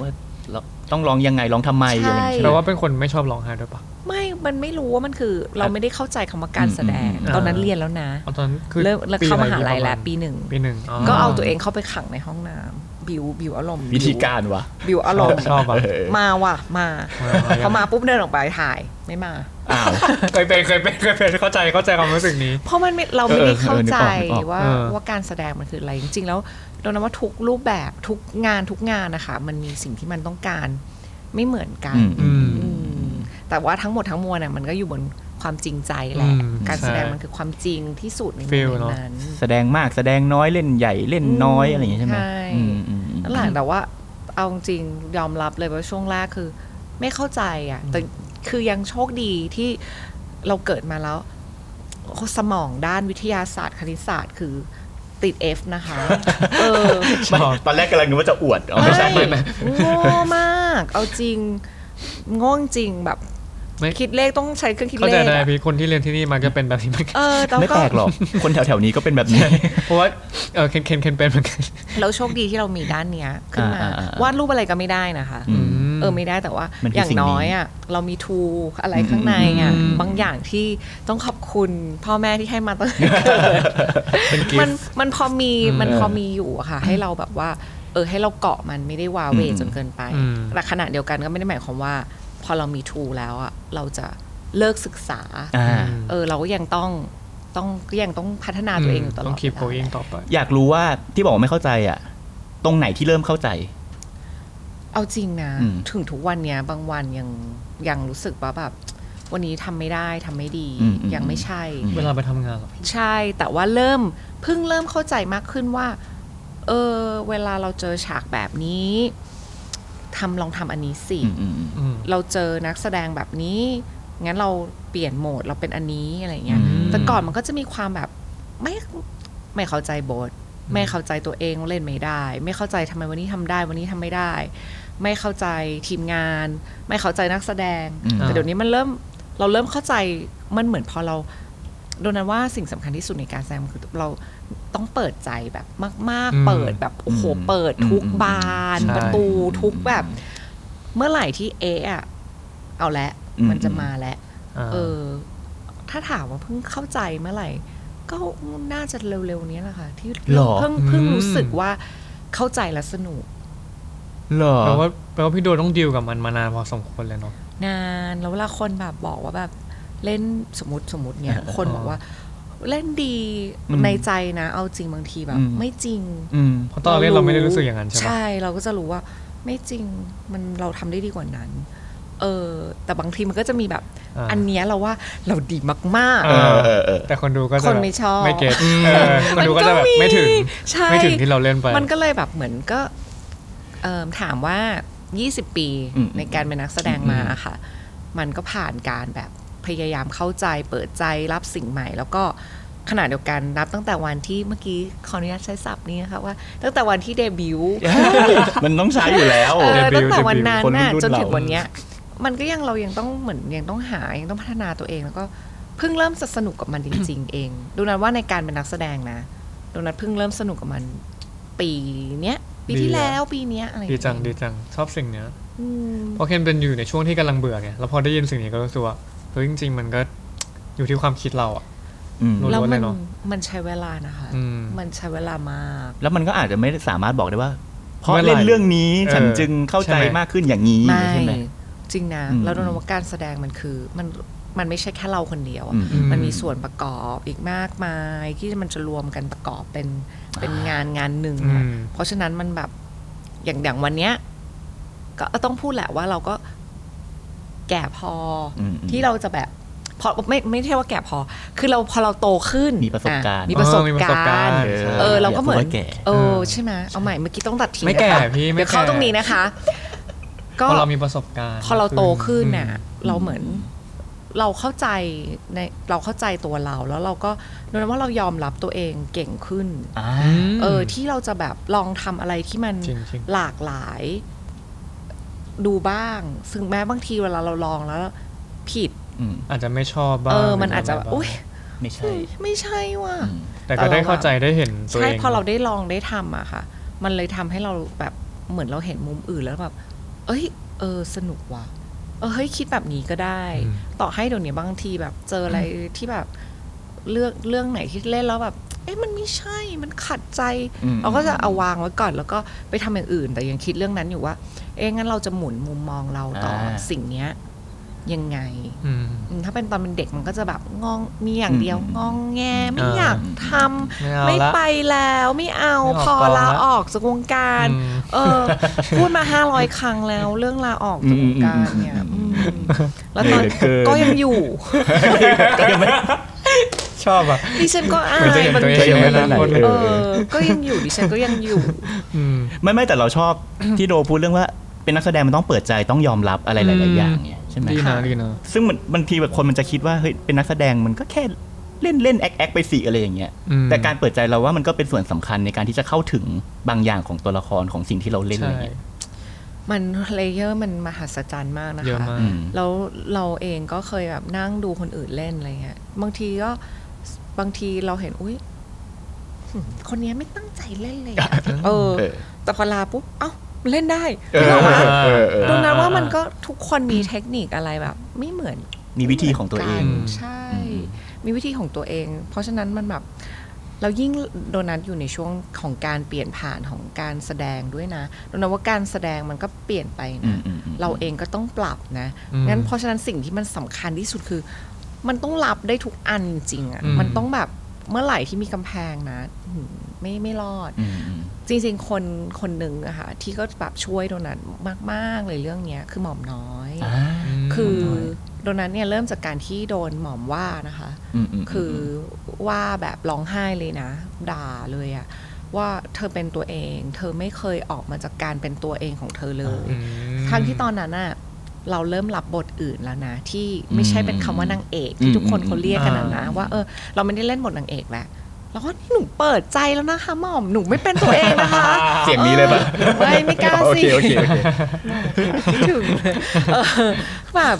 S4: ว่าเราต้องร้องยังไงร้องทำไมอะไรอย่างเงี้ย
S5: ใช่
S3: แปลว่าเป็นคนไม่ชอบร้องไห้ด้วยปะ
S5: ไม่มันไม่รู้ว่ามันคือ เราไม่ได้เข้าใจคำว่าการแสดง
S4: อืมอืมอืม
S5: ตอนนั้นเรียนแล้วนะ
S3: เอาตอนนั้นคือ
S5: เริ่มแล้ว
S3: ปี
S5: เข้า
S3: อะไร
S5: มหาลัย
S3: ประณ
S5: แล้วปีหนึ่ง
S3: ปีหนึ่ง
S5: ก็เอาตัวเองเข้าไปขังในห้องน้ำ บิวบิวอารมณ์
S4: วิธีการวะ
S5: บิวอารมณ์
S3: ชอบอะ
S4: เออ
S5: มาว่ะมา
S3: มายัง
S5: พอมาปุ๊บเดินออกไปถ่ายไม่มา
S4: อ้าว
S3: เคยเป็นเคยเป็นเคยเป็นเข้าใจเข้าใจความรู้สึกนี้
S5: เพราะมันไม่เราไม่ได้
S4: เออเออ
S5: เข้าใจ
S4: นึกออกนึกออก
S5: ว่า
S3: เออ
S5: ว่าการแสดงมันคืออะไร จริงๆ แล้วโดนัทว่าทุกรูปแบบทุกงานทุกงานนะคะ มันมีสิ่งที่มันต้องการไม่เหมือนกัน
S4: อืม
S3: อืม
S4: อืม
S5: อืมแต่ว่าทั้งหมดทั้งมวลน่ะมันก็อยู่บนความจริงใจแหละ
S3: อืม
S5: การแสดง
S3: ใช่
S5: มันคือความจริงที่สุดใน
S3: Feel
S5: มุม
S3: เนอะ
S5: นั้น
S4: แสดงมากแสดงน้อยเล่นใหญ่เล่นน้อยอะไรอย่างเงี้ยใช่ไหม
S5: ใช่
S4: อืมอืมอืม
S5: นั่นแหละแต่ว่าเอาจริงยอมรับเลยว่าช่วงแรกคือ ไม่เข้าใจอ่ะ แต่คือยังโชคดีที่เราเกิดมาแล้ว สมองด้านวิทยาศาสตร์ คณิตศาสตร์คือติด F นะคะ เออ
S4: ไม่ตอนแรกกำลังนึกว่าจะอวดอ๋อไม่
S5: ไม่
S4: ใช่
S5: โง่มาก เอาจริงโง่จริงแบบ
S3: ไม่
S5: คิดเลขต้องใช้เครื่องคิด
S3: เข้า
S5: เล
S3: ใจ
S5: ข
S3: ได้
S5: อะ
S3: พี่คนที่เรียนที่นี่มันก็เป็นแบบนี้เหมือนกัน
S5: เออแต่
S4: ไม่
S5: ก็
S4: แปลกหรอก คนแถวๆนี้ก็เป็นแบบนี้
S3: เพราะว่าเออเคนเคนเคนเป็นเหมือนกัน
S5: เราโชคดีที่เรามีด้านเนี้ยขึ้นมา
S4: อ่าอ่าอ่าว
S5: าดรูปอะไรก็ไม่ได้นะคะ
S4: อื
S3: ม
S5: เออไม่ได้แต่ว่า
S4: มันคือ
S5: อ
S4: อย่าง
S5: น้อยอ่ะเรามีทูอะไรข้างในอ่ะ
S3: อืม
S5: บางอย่างที่ต้องขอบคุณพ่อแม่ที่ให้มาตั้งแต่เกิด
S3: เป็นกิ (laughs)
S5: มัน
S3: ฟต์
S5: มันพอมี
S3: อืม
S5: มันพอมีอยู่อะค่ะ ให้เราแบบว่า เออให้เราเกาะมันไม่ได้วาเว
S4: อืม
S5: จนเกินไป
S3: อืม
S5: แต่ขณะเดียวกันก็ไม่ได้หมายความว่า พอเรามีทูแล้วอะเราจะเลิกศึกษา
S4: อ่า
S5: เออเราก็ยังต้องต้องก็ยังต้องพัฒนาตัวเองอยู่ตลอด
S3: ต้อง keep
S5: เวลา
S3: going ต่อไป
S4: อยากรู้ว่าที่บอกว่าไม่เข้าใจอ่ะ ตรงไหนที่เริ่มเข้าใจ
S5: เอาจริงนะ
S4: อืม
S5: ถึงทุกวันเนี้ยบางวันยังยังรู้สึกว่าแบบ วันนี้ทำไม่ได้ทำไม่ดี
S4: อืมอืม
S5: ยังไม่ใช่
S4: อืม
S3: เวลาไปทำงานเหรอ
S5: ใช่แต่ว่าเริ่มเพิ่งเริ่มเข้าใจมากขึ้นว่า เออ เวลาเราเจอฉากแบบนี้ทำลองทำอันนี้สิ
S4: อืมอืมอืม
S3: อืม
S5: เราเจอนักแสดงแบบนี้ งั้นเราเปลี่ยนโหมดเราเป็นอันนี้อะไรเงี้ย
S4: อืม
S5: แต่ก่อนมันก็จะมีความแบบไม่ไม่เข้าใจบท ไม่เข้าใจตัวเองว่าเล่นไม่ได้ ไม่เข้าใจทำไมวันนี้ทำได้ วันนี้ทำไม่ได้ ไม่เข้าใจทีมงาน ไม่เข้าใจนักแสดง
S4: อืม
S5: แต่เดี๋ยวนี้มันเริ่มเราเริ่มเข้าใจมันเหมือนพอเราโดนันว่าสิ่งสำคัญที่สุดในการแสดงคือเราต้องเปิดใจแบบมาก
S3: อืม
S5: ๆ เปิดแบบโอ้โหเปิดทุกบาน
S3: ใช่
S5: ประตูทุกแบบ เมื่อไหร่ที่เอะอะเอาละ
S4: อืม
S5: มันจะมาแล้ว
S3: อ่า
S5: เออ ถ้าถามว่าเพิ่งเข้าใจเมื่อไหร่ ก็น่าจะเร็วๆเนี้ยแหละค่ะ ที่
S4: หรอ
S5: เพิ่งเพิ่งรู้สึกว่าเข้าใจและสนุก
S4: เหรอ
S3: แปลว่าแปลว่าพี่โดต้องดีลกับมันมานานพอสมควรเลยเนาะ
S5: นานแล้วเวลาคนแบบบอกว่าแบบเล่นสมมติสมมติ
S3: (laughs)
S5: เนี่ย คนบอกว่า เล่นดี
S3: อืม
S5: ในใจนะ เอาจริงบางทีแบบ
S4: อืม
S5: ไม่จริง
S4: อืม
S3: เพราะตอนเล่นเราไม่ได้รู้สึกอย่างนั้นใช่ไหม
S5: ใช่เราก็จะรู้ว่า ไม่จริงมันเราทำได้ดีกว่านั้น เออ แต่บางทีมันก็จะมีแบบ
S3: อ่า
S5: อันเนี้ยเราว่าเราดีมาก
S4: เออเออเออ
S3: แต่คนดูก็จะ
S5: คนไม่ชอบ
S3: ไม่เก็ตเออ
S5: ๆ
S3: คนดูก็จะแบบไม่ถึง
S5: ใช่
S3: ไม่ถึงที่เราเล่นไป
S5: มันก็เลยแบบเหมือนก็เอิ่มถามว่า 20 ปี
S4: อืม
S5: ในการเป็นนักแสดงมาค่ะ มันก็ผ่านการแบบพยายามเข้าใจเปิดใจรับสิ่งใหม่ แล้วก็ขณะเดียวกันนับตั้งแต่วันที่เมื่อกี้ขออนุญาตใช้ศัพท์นี้นะคะว่า ตั้งแต่วันที่เดบิวต์
S4: มันต้องใช้อยู่แล้ว
S5: เออ
S3: เดบิวต์
S5: ตั้งแต่วัน
S3: เดบิวต์
S5: นั้น
S4: คนรุ่น
S5: น่ะ
S4: ๆ
S5: จนถึง
S4: เรา
S5: วันเนี้ย มันก็ยังเรายังต้องเหมือนยังต้องหายังต้องพัฒนาตัวเองแล้วก็เพิ่งเริ่มสนุกกับมันจริง ๆ เองดูนัทว่าในการเป็นนักแสดงนะดูนัทเพิ่งเริ่มสนุกกับมันปีเนี้ยปีที่แล้วปีเนี้ยอะไรอย่า
S3: ดี
S5: เย
S3: จังดีจังชอบสิ่งเนี้ย
S5: อืม
S3: เพราะเคนเป็นอยู่ในช่วงที่กำลังเบื่อไงแล้วพอได้ยินสิ่งนี้ก็รู้สึกว่าเฮ้ยจริง ๆ มันก็อยู่ที่ความคิดเราอ่ะ
S4: อืม
S3: รู้
S5: แล้วมั
S3: ล้วนๆเลย
S5: น
S3: เนอะ
S5: มันใช้เวลานะคะ
S3: อืม
S5: มันใช้เวลามาก
S4: แล้วมันก็อาจจะไม่สามารถบอกได้ว่า เพราะ
S3: เมื่อไหร่
S4: เล่นเรื่องนี้
S3: เออ
S4: ฉันจึงเข้าใจ
S3: ใช่
S4: มากขึ้นอย่างนี้
S5: ไม่
S4: ใช่ไหม
S5: จริงนะ
S4: อืม
S5: แล้วดูนัทว่าการแสดงมันคือมันมันไม่ใช่แค่เราคนเดียวอะ
S4: อืมอืม
S5: มันมีส่วนประกอบอีกมากมายที่มันจะรวมกันประกอบเป็นเป็นงานงานหนึ่งอะ
S3: อืม
S5: เพราะฉะนั้นมันแบบอย่างอย่างวันเนี้ยก็ต้องพูดแหละว่าเราก็แก่พอ
S4: ม
S5: อ
S4: อืม
S5: ที่เราจะแบบพอไม่ไม่ใช่ว่าแก่พอ คือเราพอเราโตขึ้น
S4: มีประสบการณ์
S5: อ่มีประสบ
S3: เออมีประสบ
S5: กา
S3: การรณ์
S5: ณ์
S4: ใช่
S5: เออเราก็เหมือน
S4: ย่พูดว่าแก่
S5: เอ
S3: เอ
S5: อ
S3: อ
S5: ใช่ไหมเอาใหม่เมื่อกี้ต้องตัดทิ้ง
S3: ไม่แก่
S5: นะคะ
S3: พี่ไม่
S5: เดี๋ยวเข้า
S3: แก่
S5: ตรงนี้นะคะ
S3: เพราะเรามีประสบการณ์
S5: พอเราโตขึ้น
S3: อื
S5: น่ะ
S3: ม
S5: เราเหมือนเราเข้าใจในเราเข้าใจตัวเราแล้วเราก็ดูนะว่าเรายอมรับตัวเองเก่งขึ้น
S4: อ่า
S5: เออที่เราจะแบบลองทำอะไรที่มัน
S3: จริงๆ
S5: หลากหลายดูบ้าง ซึ่งแม้บางทีเวลาเราลองแล้ว ผิด
S4: อืม
S3: อาจจะไม่ชอบบ้าง
S5: เออ มันอาจจะ
S3: ไรบ้ง
S5: อุ้ย
S4: ไม่ใช่
S5: เฮ้ยไม่ใช่ว่ะ
S4: อืม
S3: แต่ก็ได้เข้าใจได้เห็นตัวเอ
S5: ใช่
S3: ง
S5: พอเราได้ลองได้ทำอะค่ะ มันเลยทำให้เราแบบเหมือนเราเห็นมุมอื่นแล้วแบบ เอ้ย เออ สนุกว่ะ เออเฮ้ยคิดแบบนี้ก็ได้
S3: อืม
S5: ต่อให้เดี๋ยวนี้บางทีแบบเจออะไรที่แบบเลือกเรื่องไหนที่เล่นแล้วแบบ เอ๊ะมันไม่ใช่มันขัดใจ
S4: อืม
S5: เราก็จะเอาวางไว้ก่อน แล้วก็ไปทำอย่างอื่น แต่ยังคิดเรื่องนั้นอยู่ว่า เอ๊ะงั้นเราจะหมุนมุมมองเราต่ออา สิ่งเนี้ยยังไง
S3: อืม
S5: อืมถ้าเป็นตอนเป็นเด็กมันก็จะแบบงองมีอย่างเดียว
S4: อืม
S5: งองแงไม่
S3: เอออ
S5: อยากทำ
S3: ไม่เอา
S5: ไม่
S3: ละ
S5: ไปแล้วไม่เอา
S3: ไม่เอา
S5: พอ
S3: พอละ
S5: ลาออกจากวงการ
S3: อืม
S5: เออ พูดมาห้าร้อยครั้งแล้วเรื่องลาออกจากวงการเนี่ยอืมแล้วตอนก็ยังอยู่
S3: ชอบอ่ะ
S5: ดิฉันก็อา
S3: เหมือนจะ
S5: ย
S3: เห็น
S5: มัน
S3: ตัวเองในอนาคต
S4: ก็ยังไม่เป็นไร
S3: เลย
S5: เออ ก็ยังอยู่ดิฉันก็ยังอยู่
S3: ม
S4: ไม่ไม่แต่เราชอบ ที่โดพูดเรื่องว่าเป็นนักแสดงมันต้องเปิดใจต้องยอมรับอะไรห
S3: อื
S4: ลาย
S3: ม
S4: ๆ อย่างเนี่ยใช่ไหม
S3: ดีนะดีนะ
S4: ซึ่งมันบางทีแบบคนมันจะคิดว่าเฮ้ยเป็นนักแสดงมันก็แค่เล่นเล่นแอคแอคไปสิอะไรอย่างเงี้ย
S3: อืม
S4: แต่การเปิดใจเราว่ามันก็เป็นส่วนสำคัญในการที่จะเข้าถึงบางอย่างของตัวละครของสิ่งที่เราเล่น
S3: ใช่
S4: อะไรเงี้ย
S5: มันเลเยอร์มันมหัศจรรย์มากนะ
S3: เยอะ
S5: คะ
S3: มาก
S4: อืม
S5: แล้วเราเองก็เคยแบบนั่งดูคนอื่นเล่นอะไรเงี้ยบางทีก็บางทีเราเห็นอุ้ยหึคนเนี้ยไม่ตั้งใจเล่นเลยอะ (laughs) เออ
S4: เออ
S5: แต่พอลาปุ๊บเอ้ามันเล่นได้
S4: เออ
S5: นึกออกปะ
S4: เออเออ
S5: ดังนั้นว่ามันก็ทุกคนมีเทคนิคอะไรแบบ ไม่เหมือน
S4: มีวิธีของตัวเอง
S5: กันใช่ มีวิธีของตัวเอง เพราะฉะนั้นมันแบบเรายิ่งโดนัทอยู่ในช่วงของการเปลี่ยนผ่านของการแสดงด้วยนะโดนัทว่าการแสดงมันก็เปลี่ยนไป
S4: อื
S5: นะ
S4: มอืมอืม
S5: เราเองก็ต้องปรับนะ
S3: อืม
S5: งั้นเพราะฉะนั้นสิ่งที่มันสำคัญที่สุดคือ มันต้องรับได้ทุกอันจริงๆอะ่ะ
S3: อืม
S5: มันต้องแบบเมื่อไหร่ที่มีกำแพงนะอืมไม่ไม่รอด
S4: อืมอืม
S5: จริงๆ คนคนหนึ่งอะค่ะที่ก็แบบช่วยโดนัทมาก ๆ เลยเรื่องเนี้ยคือหม่อมน้อย
S3: ม
S5: คือโดนัทเนี่ยเริ่มจากการที่โดนหม่อมว่านะคะ คือว่าแบบร้องไห้เลยนะ ด่าเลยอะว่าเธอเป็นตัวเอง เธอไม่เคยออกมาจากการเป็นตัวเองของเธอเลย ทั้งที่ตอนนั้นน่ะเราเริ่มรับบทอื่นแล้วนะ ที่ไม่ใช่เป็นคำว่านางเอกที่ทุกคนเขาเรียกกันนะนะ
S3: อ่า
S5: ว่าเออเราไม่ได้เล่นบทนางเอกแล้วแล้วก็นี่หนูเปิดใจแล้วนะคะหม่อมหนูไม่เป็นตัวเองนะคะ
S4: เสียงนี้เลยปะ
S5: ออไม่ไม่กล้า
S4: โอ
S5: สิ
S4: เคโอเคโอเค
S5: ไม่ถึงเลยเออแบบ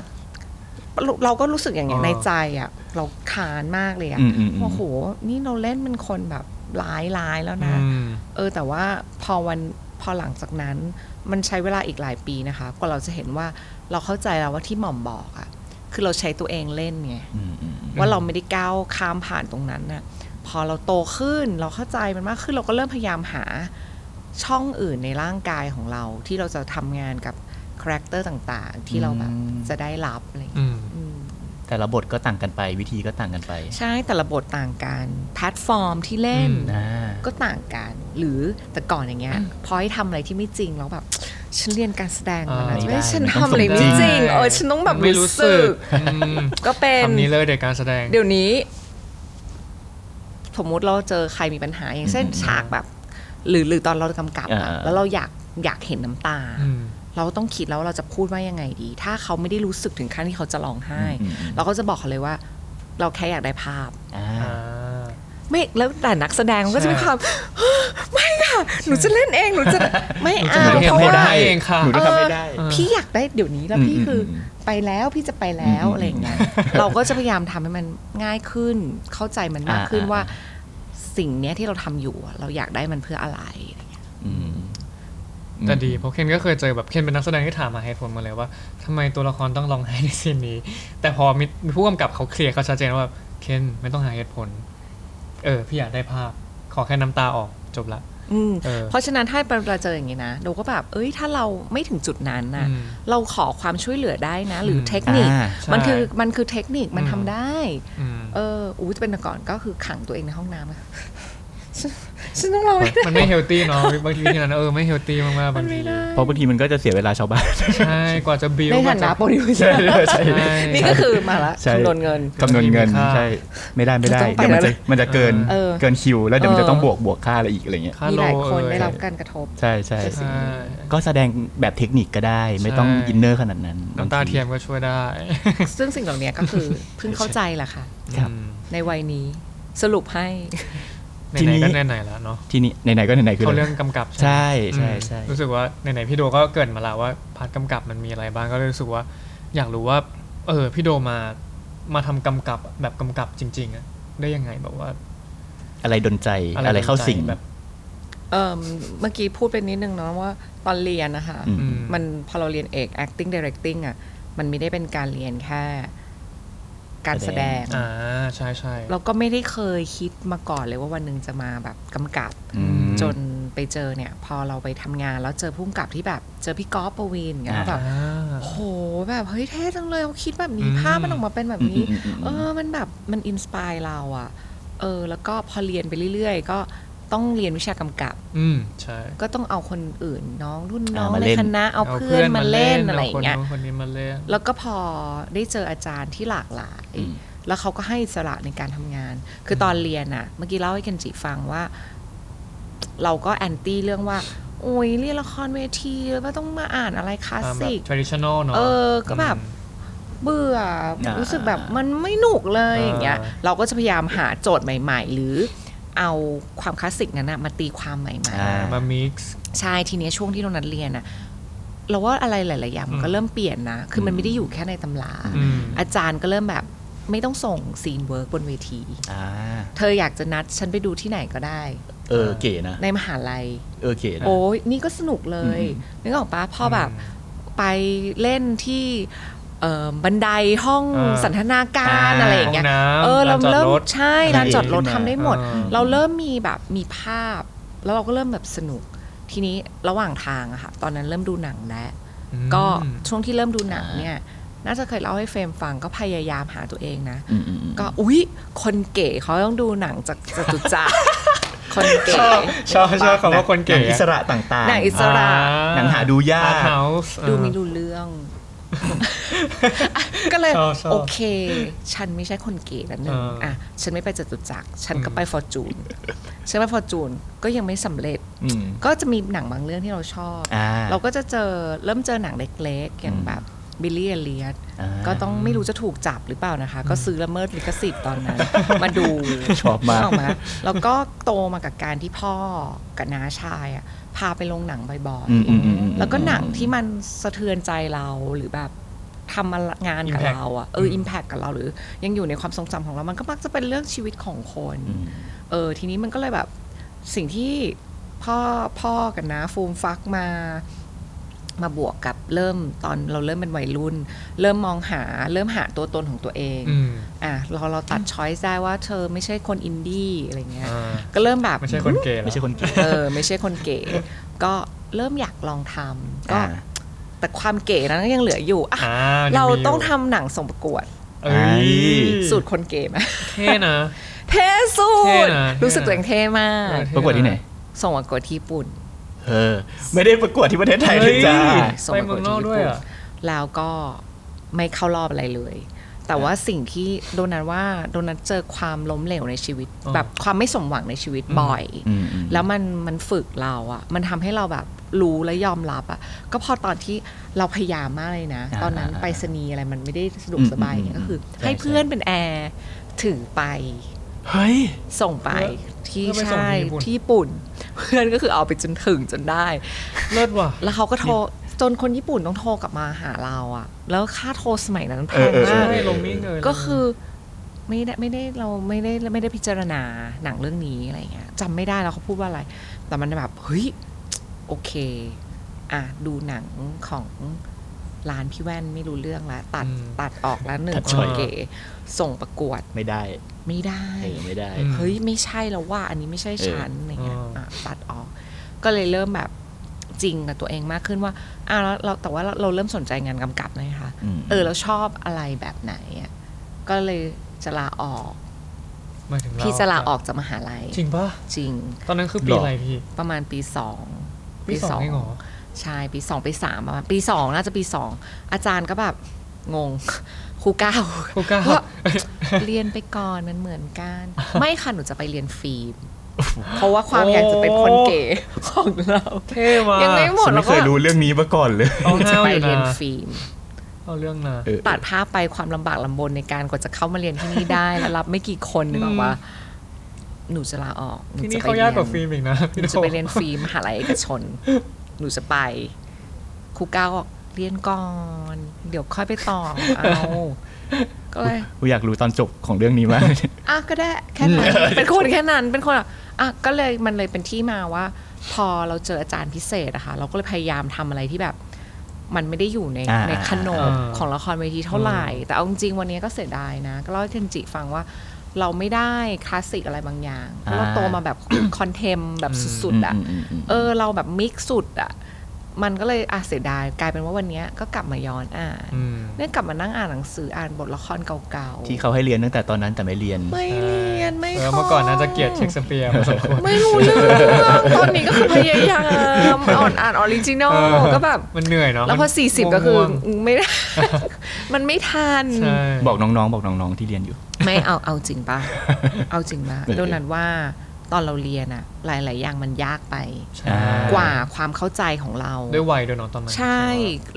S5: เราก็รู้สึกอย่างเงี้ย
S3: เออ
S5: ในใจอ่ะ เราคานมากเลยอ่ะ
S4: อืมอืมอืม
S5: โอ้โห นี่เราเล่นเป็นคนแบบร้ายร้ายแล้วนะ
S3: อืม
S5: เออ แต่ว่าพอวันพอหลังจากนั้น มันใช้เวลาอีกหลายปีนะคะกว่าเราจะเห็นว่าเราเข้าใจแล้วว่าที่หม่อมบอกอ่ะ คือเราใช้ตัวเองเล่นไง
S4: อืมอืม
S5: ว่าเราไม่ได้ก้าวข้ามผ่านตรงนั้นน่ะ พอเราโตขึ้นเราเข้าใจมันมากขึ้นเราก็เริ่มพยายามหาช่องอื่นในร่างกายของเรา ที่เราจะทำงานกับคาแรคเตอร์ต่างๆ ที่เราแบบ
S4: อืม
S5: จะได้รับอะไรอย่างเงี้ย
S3: อืม
S5: อืม
S4: แต่ละบทก็ต่างกันไปวิธีก็ต่างกันไป
S5: ใช่แต่ละบทต่างกันแพลตฟอร์มที่เล่น
S3: อืม
S4: อ่า
S5: ก็ต่างกัน หรือแต่ก่อนอย่างเงี้ยพอให้ทำอะไรที่ไม่จริงแล้วแบบ ฉันเรียนการแสดงมานะ
S4: อ่าไม่ได้
S5: เฮ้ยฉัน
S4: มันต้อง
S5: ทำอะไร
S4: สมจริ
S5: ไม่
S4: ง
S5: จริงเออฉันต้องแบบ
S3: ไม่
S5: รู้
S3: รู้
S5: สึ
S3: สึก
S5: ก
S3: อืม
S5: ก็เป็น
S3: คำนี้เลยเด็กการแสดง
S5: เดี๋ยวนี้ สมมุติเราเจอใครมีปัญหาอย่างเช่น
S4: อืม
S5: ฉากแบบ หรือหรือตอนเรากำกับอะ
S4: อ่า
S5: แล้วเราอยากอยากเห็นน้ำตา
S3: อืม
S5: เราต้องคิดแล้วว่าเราจะพูดว่ายังไงดี ถ้าเขาไม่ได้รู้สึกถึงขั้นที่เขาจะร้องไห้
S4: อืมอืม
S5: เราก็จะบอกเขาเลยว่า เราแค่อยากได้ภาพ
S4: อ่า
S3: อ่า
S5: ไม่แล้วแต่นักแสดงมันก็
S3: ใช่
S5: จะมี (gasps) ความ ไม่ค่ะ หนูจะเล่นเองหนูจะไม่
S3: หนูจะห
S5: เอา
S3: นูทำ
S5: เพ
S3: ไม่
S5: ราะว่า
S3: ได้เองค่ะ
S4: หนูจะทำไม่ได้
S5: เออพี่อยากได้เดี๋ยวนี้แล้วพี่
S4: อืม
S5: คืออ
S4: ม
S5: ไปแล้วพี่จะไปแล้ว
S4: อืม
S5: อะไรอย่างเงี้ยเราก็จะพยายามทำให้มันง่ายขึ้น เข้าใจมันมาก
S4: อ่า
S5: ขึ้น
S4: อ่า
S5: ว่า สิ่งเนี้ยที่เราทำอยู่อะเราอยากได้มันเพื่ออะไร
S4: อืม
S3: แต่ดีเพราะเคนก็เคยเจอแบบเคนเป็นนักแสดงที่ถามมาให้ผลมาเลยว่าทำไมตัวละครต้องร้องไห้ในซีนนี้ แต่พอมีผู้กำกับเขาเคลียร์เขาชัดเจนว่าเคนไม่ต้องหาเหตุผล เออ พี่อยากได้ภาพ ขอแค่น้ำตาออกจบละ
S5: อืม
S3: เออ
S5: เพราะฉะนั้นถ้าเราเจออย่างงี้นะเราก็แบบเอ้ยถ้าเราไม่ถึงจุดนั้นนะ
S3: อืม
S5: เราขอความช่วยเหลือได้นะ หรืออ
S3: ม
S5: เทคนิค
S4: อ่า
S5: มันคือ
S3: ใช่
S5: มันคือเทคนิคมัน
S3: อืม
S5: ทำได้
S3: อืม
S5: เอออู้จะเป็นแต่ก่อนก็คือขังตัวเองในห้องน้ำอะ (laughs) ฉันฉันต้องรอ
S3: (laughs)
S5: ไม่ได้
S3: มันไม่เฮลตี้เนาะบางทีที่นั้นเออไม่เฮลตี้มากๆ
S5: มั
S3: บาง
S5: น
S3: ที
S5: ไม่ได้
S4: เพราะบางทีมันก็จะเสียเวลาชาวบ้าน
S3: ใช่กว่าจะบิวก
S5: ใน
S3: ว่า
S5: ฐา
S3: จะ
S5: นะโปรดิวเซอร์
S4: (laughs) ใช่
S5: นี่ก็คือมาละ
S4: ใช่
S5: คำนวณเงิน
S4: คำนวณเงิน
S3: มีค่า
S4: ใช่ ไม่ได้ไม่ได้
S5: ต้องไป
S4: เดี๋ยวมัน
S5: แล้
S4: จะ
S5: ว
S4: มันจะเกิน
S5: เออ
S4: เกินคิว แล้วเดี๋ยวมันจะต้องบวกบวกค่าอะไรอีกอะไรเงี้ย
S3: ค่
S5: มี
S3: โ
S5: หลายคน
S3: เอ่ย
S5: ได้รับการกระทบ
S4: ใช่ใช่
S5: ใช่
S3: ใช่
S4: ก็แสดงแบบเทคนิคก็ได้ ไม่ต้อง
S3: ใช่
S4: อินเนอร์ขนาดนั้น
S3: น้ำตาเทียมก็ช่วยได้
S5: ซึ่งสิ่งเหล่านี้ก็คือ เพิ่งเข้าใจแหละค่ะ
S4: ครับ
S3: อืม
S5: ในวัยนี้สรุปให้
S3: ไห
S4: ที
S3: น
S4: นี้
S3: ๆก็ไหนๆแล้วเนาะ
S4: ทีนี้ไหนๆก็ไหนๆคือ
S3: เขาเรื่อง
S4: ลย
S3: กำกับ
S4: ใช่
S3: ไหม
S4: ใช่
S3: อืม
S4: ใช่
S3: รู้สึกว่าไหนๆพี่โดก็เกริดมาแล้วว่าพาร์ทกำกับมันมีอะไรบ้างก็เลยรู้สึกว่า อยากรู้ว่า เออ พี่โดมามาทำกำกับแบบกำกับจริงๆอะได้ยังไงแบบว่า
S4: อะไรดนใจอะไรเข้าสิ่ง
S3: แบบ
S5: เอิ่มเมื่อกี้พูดไปนิดนึงเนาะว่าตอนเรียนนะคะ
S4: อืม
S3: อืม
S5: มันพอเราเรียนเอก acting directing อ่ะ มันไม่ได้เป็นการเรียนแค่ การแสดง
S3: อ่าใช่ใช่
S5: เราก็ไม่ได้เคยคิดมาก่อนเลยว่าวันหนึ่งจะมาแบบกำกับ
S4: อืม
S5: จนไปเจอเนี่ย พอเราไปทำงานแล้วเจอผู้กำกับที่แบบ เจอพี่ก๊อฟปวีนอย่างเงี้ย
S4: อ่า
S5: แบบโอ้โหแบบเฮ้ยเท่จังเลยเขาคิดแบบนี้
S3: อืม
S5: ภาพมันออกมาเป็นแบบนี้
S4: อืมอืมอืม
S5: เออมันแบบมันอินสปายเราอะเออ แล้วก็พอเรียนไปเรื่อยๆ ก็ต้องเรียนวิชากำกับ
S3: อืมใช่
S5: ก็ต้องเอาคนอื่นน้องรุ่นน้อง
S4: อ่ามา
S5: ใน
S4: เล่น
S5: คณะเอาเพื่อนมาเล่นอะไรอย่างเงี้ย
S3: าคนนู้นคนนี้มาเล่น
S5: แล้วก็พอได้เจออาจารย์ที่หลากหลาย
S4: อืม
S5: แล้วเขาก็ให้อิสระในการทำงาน คือตอนเรียนอะเมื่อกี้เล่าให้กันจิฟังว่า เราก็แอนตี้เรื่องว่า โอ้ยเรียนละครเวทีแล้วก็ต้องมาอ่านอะไรคลาส
S3: ตามแบ
S5: สิ
S3: บ
S5: ก
S3: traditional เนอะ
S5: เออก็แบบ
S3: อืม
S5: เบื่อ
S4: อ่ารู้
S5: รู้สึกแบบมันไม่หนุกเลย
S3: อ่า
S5: อย่างเงี้ย เราก็จะพยายามหาโจทย์ใหม่ ๆ หรือเอาความคลาสสิกนั้นนะมาตีความใหม่
S4: อ่า
S3: มา mix
S5: ๆ ใช่ทีเนี้ยช่วงที่โดนัทเรียนอะเราว่าอะไรหลายๆอย่างมันก็เริ่มเปลี่ยนนะ คือมันไม่ได้อยู่แค่ในตำรา
S3: อืม
S5: อาจารย์ก็เริ่มแบบไม่ต้องส่งซีนเวิร์กบนเวที
S4: อ่า
S5: เธออยากจะนัดฉันไปดูที่ไหนก็ได้
S4: เออเก๋นะ
S5: ในมหาลัย
S4: เออเก๋นะ
S5: โอ้ยนี่ก็สนุกเลย
S4: อืม
S5: นึกออกปะพอแบบไปเล่นที่เอ่อบันไดห้อง
S3: อ่า
S5: สันทนาการ
S4: อ่า
S5: อะไรอย่างเงี้ย
S3: ห้องน้ำ
S5: เออเรา
S3: ลานจอด
S5: เริ่ม
S3: รถ
S5: ใช่ลานจอดรถ
S4: ขึ้นมา
S5: ทำได้หมด
S3: อ่า
S5: เราเริ่มมีแบบมีภาพ แล้วเราก็เริ่มแบบสนุก ทีนี้ระหว่างทางอะค่ะ ตอนนั้นเริ่มดูหนังแล้ว
S3: อืม
S5: ก็ช่วงที่เริ่มดูหนังเนี่ย น่าจะเคยเล่าให้เฟรมฟังก็พยายามหาตัวเองนะ
S4: อืมอืมอืม
S5: ก็อุ๊ย คนเก๋เขาต้องดูหนังจากจตุ
S3: (laughs)
S5: จักร คนเก๋
S3: ชอบชอบชอบคำว่าคนเก๋
S4: หงอิสระต่างๆ
S5: หนังอิสระ
S4: หนังหาดูยาก
S3: อาร์ตเฮาส์
S5: ดูไม่รู้เรื่อง
S3: (laughs)
S5: ก็เลย
S3: ชอบชอบ
S5: โอเค ฉันไม่ใช่คนเก๋แล้วหนึ่ง
S3: เอออ่
S5: อ่ะ ฉันไม่ไปจตุจักรฉันก็
S3: อืม
S5: ไปฟอร์จูนฉันไปฟอร์จูนก็ยังไม่สำเร็จ
S4: อืม
S5: ก็จะมีหนังบางเรื่องที่เราชอบ
S4: อ่า
S5: เราก็จะเจอเริ่มเจอหนังเล็กๆ อย่าง
S4: อืม
S5: แบบบิลลี่เอเลียต
S4: อ่า
S5: ก็ต้องไม่รู้จะถูกจับหรือเปล่านะคะ ก็ซื้อละเมิดลิขสิทธิ์ตอน
S4: (laughs)
S5: นั้น มาดู
S4: ชอบมาก
S5: ออกมาแล้วก็โตมากับการที่พ่อกับน้าชายอะพาไปลงหนังบ่อย
S4: อืมอืมอืมอืม
S5: ๆ แล้วก็หนังที่มันสะเทือนใจเราหรือแบบทำอะไรงานกับ
S3: Impact
S5: เราอะเอออิมแพคกับเราหรือ ยังอยู่ในความทรงจำของเรามันก็มักจะเป็นเรื่องชีวิตของคน
S4: อืม
S5: เออทีนี้มันก็เลยแบบสิ่งที่พ่อพ่อกับน้าฟูมฟักมา มาบวกกับเริ่มตอนเราเริ่มเป็นวัยรุ่น เริ่มมองหาเริ่มหาตัวตนของตัวเอง
S3: อืม
S5: อ่ะเราเราตัดช้อยส์ได้ว่าเธอไม่ใช่คนอินดี้อะไรเงี้ย
S3: อ่า
S5: ก็เริ่มแบบ
S3: ไม่ใช่คนเก๋หรอ
S4: ไม่ใช่คนเก๋
S5: เออไม่ใช่คนเก๋ก็เริ่มอยากลองทำก็
S4: อ่า
S5: แต่ความเก๋นั้นก็ยังเหลืออยู่อ่ะ
S3: อ่า
S5: เรา
S3: ยังมียู่
S5: ต้องทำหนังส่งประกวด
S3: เอ้ย
S5: สูตรคนเก๋ไหม
S3: เท่นะ
S5: เท่สุ
S3: เท่
S5: ด
S3: นะ
S5: รู้สึกตัวเองเท่มาก
S3: เออเท่
S4: ประกวดที่ไหน
S5: ส่งประกวดที่ญี่ปุ่น
S4: เออ ไม่ได้ประกวดที่ประเทศไทยเลยจ้า
S3: เฮ้ย
S5: ส่ง
S3: ไป
S5: ประ
S3: เมื
S5: กว
S3: อ
S5: ด
S3: งน
S5: ที่
S3: อก
S5: ญี่
S3: ด้วย
S5: ปุ่น
S3: เหรอ
S5: แล้วก็ไม่เข้ารอบอะไรเลย แต่ว่าสิ่งที่โดนัทว่าโดนัทเจอความล้มเหลวในชีวิต
S3: อ๋อ
S5: แบบความไม่สมหวังในชีวิต
S3: อืม
S5: บ่อย
S4: อืมอืม
S5: แล้วมันมันฝึกเราอะมันทำให้เราแบบรู้และยอมรับอะก็พอตอนที่เราพยายามมากเลยนะ
S4: อ่า
S5: ตอนนั้น
S4: อ่า
S5: ไปสนีย์อะไรมันไม่ได้สะดวก
S4: อืม
S5: สบายอย่างเงี้ย
S4: อืม
S5: ก็คือ
S4: ใช่
S5: ให้
S4: ใช่
S5: เพื่อนเป็นแอร์ถือไป
S4: เฮ้ย
S5: ส่งไปที่
S3: แล้วไปส่ง
S5: ใช่
S3: ที่ญี่ปุ่น
S5: ที่ญี่ปุ่น (laughs) เพื่อนก็คือเอาไปจนถึงจนได้
S3: เลิศว่ะ
S5: แล้วเขาก็โทรจนคนญี่ปุ่นต้องโทรกลับมาหาเราอะแล้วค่าโทรสมัยนั้นแพ
S4: เออง เออเออ
S5: มาก
S3: ใช่ลงมิ่งเลย
S5: ก็คือไม่ได้ไม่ได้เราไม่ได้ไม่ได้พิจารณาหนังเรื่องนี้อะไรเงี้ยจำไม่ได้แล้วเขาพูดว่าอะไร แต่มันแบบเฮ้ยโอเคอ่ะดูหนังของร้านพี่แว่นไม่รู้เรื่องละตัดตัดออกแล้วหนึ่ง
S4: ตัด
S5: ค
S4: ช้อน ย
S5: เก๋ส่งประกวด
S4: ไม่ได้
S5: ไม่ได้
S4: เออไม่ได้
S5: เฮ้ยไม่ใช่แล้วว่า อันนี้ไม่ใช่ฉันอะไรเงี้ย
S3: อ่า
S5: อ่ะตัดออก ก็เลยเริ่มแบบจริงกับตัวเองมากขึ้นว่าอ่ะแล้วเราแต่ว่าเราเราเริ่มสนใจงานกำกับนะคะ
S4: อืม
S5: เออเราชอบอะไรแบบไหนอ่ะก็เลยจะลาออก
S3: หมายถึงเรา
S5: พี่จะลาออกจากมหาลัย
S3: จริงป่ะ
S5: จริง
S3: ตอนนั้นคือปี
S4: หรออ
S3: อะไรพี่
S5: ประมาณปีสอง
S3: ปีสองเองเหรอ
S5: ใช่ปีสองปีสามประมาณปีสองน่าจะปีสองอาจารย์ก็แบบง (laughs) งครูเก้า
S3: (laughs) ครูเก้า
S5: ว่เรียนไปก่อนมันเหมือนกัน
S3: (laughs)
S5: ไม่ค่ะหนูจะไปเรียนฟิล์ม เพราะว่าความอยากจะเป็นคนเก๋ของเรา
S3: เท่ว่ะ
S5: ยังไม่หมด
S4: ฉัน
S5: เรา
S4: ไม่เค
S5: ก็
S4: ยรู้เรื่องนี้มาก่อนเลย
S3: เอา
S5: จะ
S3: ห้าว
S5: ไป
S3: อยู่
S5: เรียน
S3: นะ
S5: ฟิล์ม
S3: เอาเรื่องนะ
S4: เออ
S5: ตัดภาพไปความลำบากลำบนในการกว่าจะเข้ามาเรียนที่นี่ได้ แล้วรับไม่กี่คนนึกออกว่า หนูจะลาออกหนู
S3: ที่
S5: จะ
S3: นี่
S5: ไป
S3: เขา
S5: เรี
S3: ยาย ก
S5: น
S3: กว่าฟิล์มอีกนะ
S5: ห
S3: พี่
S5: นู
S3: โด
S5: จะไปเรียนฟิล์มมหาลัยเอกชน หนูจะไปครูก้าวบอกเรียนก่อน เดี๋ยวค่อยไปต่อเอาก็เลย
S4: กูอยากรู้ตอนจบของเรื่องนี้มาก
S5: อ่ะก็ได้แค่นั้น เป็นคนแค่นั้นเป็นคนอ่ะอ่ะก็เลยมันเลยเป็นที่มาว่า พอเราเจออาจารย์พิเศษอะค่ะเราก็เลยพยายามทำอะไรที่แบบ มันไม่ได้อยู่ใน
S4: อ่า
S5: ในขนบ
S3: อ่า
S5: ของละครเวทีเท่าไหร่ แต่เอาจริงๆวันนี้ก็เสียดายนะ ก็เล่าให้เคนจิฟังว่าเราไม่ได้คลาสสิกอะไรบางอย่างเพราะเราโตมาแบบ (coughs) คอนเทมแบบสุดๆอ่ะ
S4: มมม
S5: เออเราแบบมิกซ์สุดอ่ะ มันก็เลยอ่ะเสียดายกลายเป็นว่าวันเนี้ยก็กลับมาย้อนอ่านเนี่ยกลับมานั่งอ่านหนังสืออ่านบทละครเก่า
S4: ที่เขาให้เรียนตั้งแต่ตอนนั้นแต่ไม่เรียน
S5: ไม่เรียนไม่
S3: เออเมื่อก่อนน่าจะเกลียดเช็คสเปียร์พอสมควร
S5: ไม่รู้เรื่องตอนนี้ก็คือพยายามอ่อนอ่านออริจินอลก็แบบ
S3: มันเหนื่อยเนาะ
S5: แล้วพอ
S3: มัน
S5: 40 ก็คือ
S3: ง่วง
S5: ไม่ได้ (laughs) มันไม่ทัน
S3: ๆใช่
S4: บอกน้องๆ บอกน้องๆ ที่เรียนอยู่
S5: ไม่เอาเอาจริง
S3: (laughs)
S5: ป่ะ เอาจริงป่ะ
S4: เออ
S5: โดนันว่าตอนเราเรียนอะหลาย ๆ อย่างมันยากไป
S3: ใช่
S5: กว่าความเข้าใจของเรา
S3: ด้วยวัยด้วยเนาะตอนนั้น
S5: ใช่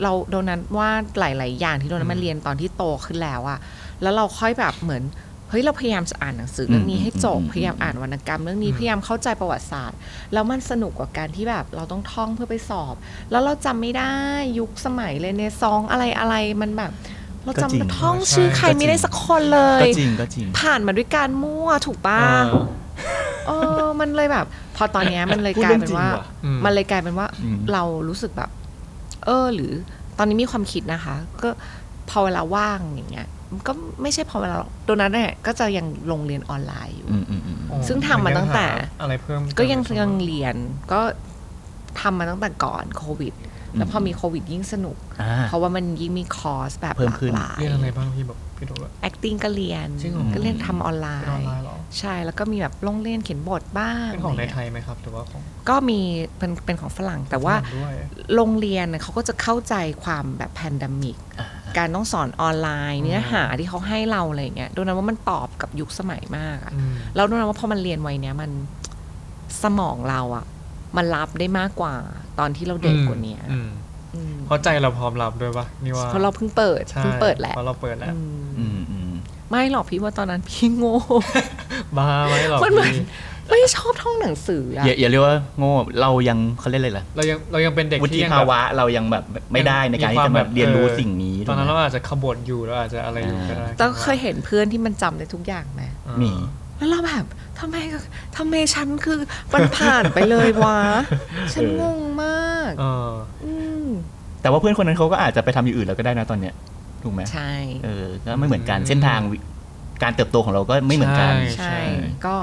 S5: เราโดนันว่าหลาย ๆ อย่างที่โดนันมาเรียนตอนที่โตขึ้นแล้วอะแล้วเราค่อยแบบเหมือนเฮ้ยเราพยายามจะอ่านหนังสือเรื่องนี้ให้จบ
S4: อืม
S5: พยายามอ่านวรรณกรรมเรื่องนี้
S3: อืม
S5: พยายามเข้าใจประวัติศาสตร์แล้วมันสนุกกว่าการที่แบบเราต้องท่องเพื่อไปสอบ แล้วเราจำไม่ได้ยุคสมัยเลยเนซองอะไรอะไรมันแบบ เราจำท่องชื่อใครไม่ได้สักคนเลย
S4: ก็จริงก็จริง
S5: ผ่านมาด้วยการมั่วถูก
S3: เอ
S5: ป่ะ
S3: อ
S5: เออ มันเลยแบบ พอตอนเนี้ยมันเลย
S4: พูด
S5: กลายเป็นว่า
S4: เรื่องจริงว่ะ
S3: อืม
S5: มันเลยกลายเป็นว่า
S4: อืม
S5: เรารู้สึกแบบ เออ หรือตอนนี้มีความคิดนะคะ ก็พอเวลาว่างอย่างเงี้ยมันก็ไม่ใช่พอเวลาหรอกโดนัทเนี่ยก็จะยังลงเรียนออนไลน์อยู่
S4: อืมอืมอืม
S3: อ๋อ
S5: ซึ่งทำมาตั้งแต่
S3: อะไรเพิ่มเติม
S5: ก็ยัง
S3: ใช่ไหม
S5: ยังเรียนก็ทำมาตั้งแต่ก่อนโควิด แล้วพอมีโควิดยิ่งสนุก
S4: อ่า
S5: เพราะว่ามันยิ่งมีคอร์สแบบ
S4: เพิ่ม
S5: หลา
S4: ขึ้
S5: ก
S4: น
S5: หลาย
S3: เรียนอะไรบ้างพี่บอกพี่ดูว่า
S5: acting ก็เรียน
S3: จริงเหรอ
S5: ก็เรียนทำออนไล
S3: เป็นออน
S5: น์
S3: ไลน์เหรอ
S5: ใช่แล้วก็มีแบบลงเล่นเขียนบทบ้าง
S3: เป็นของ
S5: ะ
S3: ใน
S5: ไรเงี้ย
S3: ไทยไหมครับหรือว่าของ
S5: ก็มีเป็นเป็นของฝรั่งแต่ว่า
S3: ฝรั่งด้วย
S5: โรงเรียนเนี่ยเขาก็จะเข้าใจความแบบแพนดมิก การต้องสอนออนไลน์ เนื้อหาที่เขาให้เราอะไรอย่างเงี้ยโดนันว่ามันตอบกับยุคสมัยมากอะ
S3: อืม
S5: แล้วโดนันว่าพอมันเรียนวัยเนี้ยมันสมองเราอะมันรับได้มากกว่าตอนที่เราเด็กกว่าเนี้ย
S3: อืม
S5: อืม
S3: เพราะใจเราพร้อมรับด้วยปะนี่ว่า
S5: เพราะเราเพิ่งเปิด
S3: ใช่
S5: เพิ่งเปิดแหละ
S3: เพราะเราเปิดแล้ว
S5: อืม
S4: อืมอืม
S5: ไม่หรอกพี่ว่าตอนนั้นพี่โง่ (laughs)
S3: บ้าไหมหรอก
S5: มันเหมือน
S3: พี่
S5: ไม่ชอบท่องหนังสืออะ
S4: อย่าอย่าเรียกว่าโง่เรายังเขาเรียกอะไรล่ะ
S3: เรายังเรายังเป็นเด็ก
S4: วุฒิ
S3: ที่ยัง
S4: ภา
S3: แบบ
S4: วะเรายังแบบไม่ได้ในการที่จะแบบเรียนรู้สิ่งนี้
S3: ตอนนั้น
S4: ถูก
S3: เรา
S4: ไหม
S3: อาจจะขบวนอยู่เราอาจจะอะไรอยู่ก็ได้
S5: แต่เคยเห็นเพื่อนที่มันจำได้ทุกอย่างไหม
S3: อ่า
S4: มี
S5: แล้วเราแบบทำไมทำไมฉันคือมันผ่านไปเลยวะ ฉันงงมาก
S3: เออ
S5: อืม
S4: แต่ว่าเพื่อนคนนั้นเขาก็อาจจะไปทำอย่างอื่นแล้วก็ได้นะตอนเนี้ยถูกไหม
S5: ใช่
S4: เออก็ไม่เหมือนกัน
S3: อืม
S4: เส้นทางวิการเติบโตของเราก็ไม่เหมือนกัน
S5: ใช่ ก็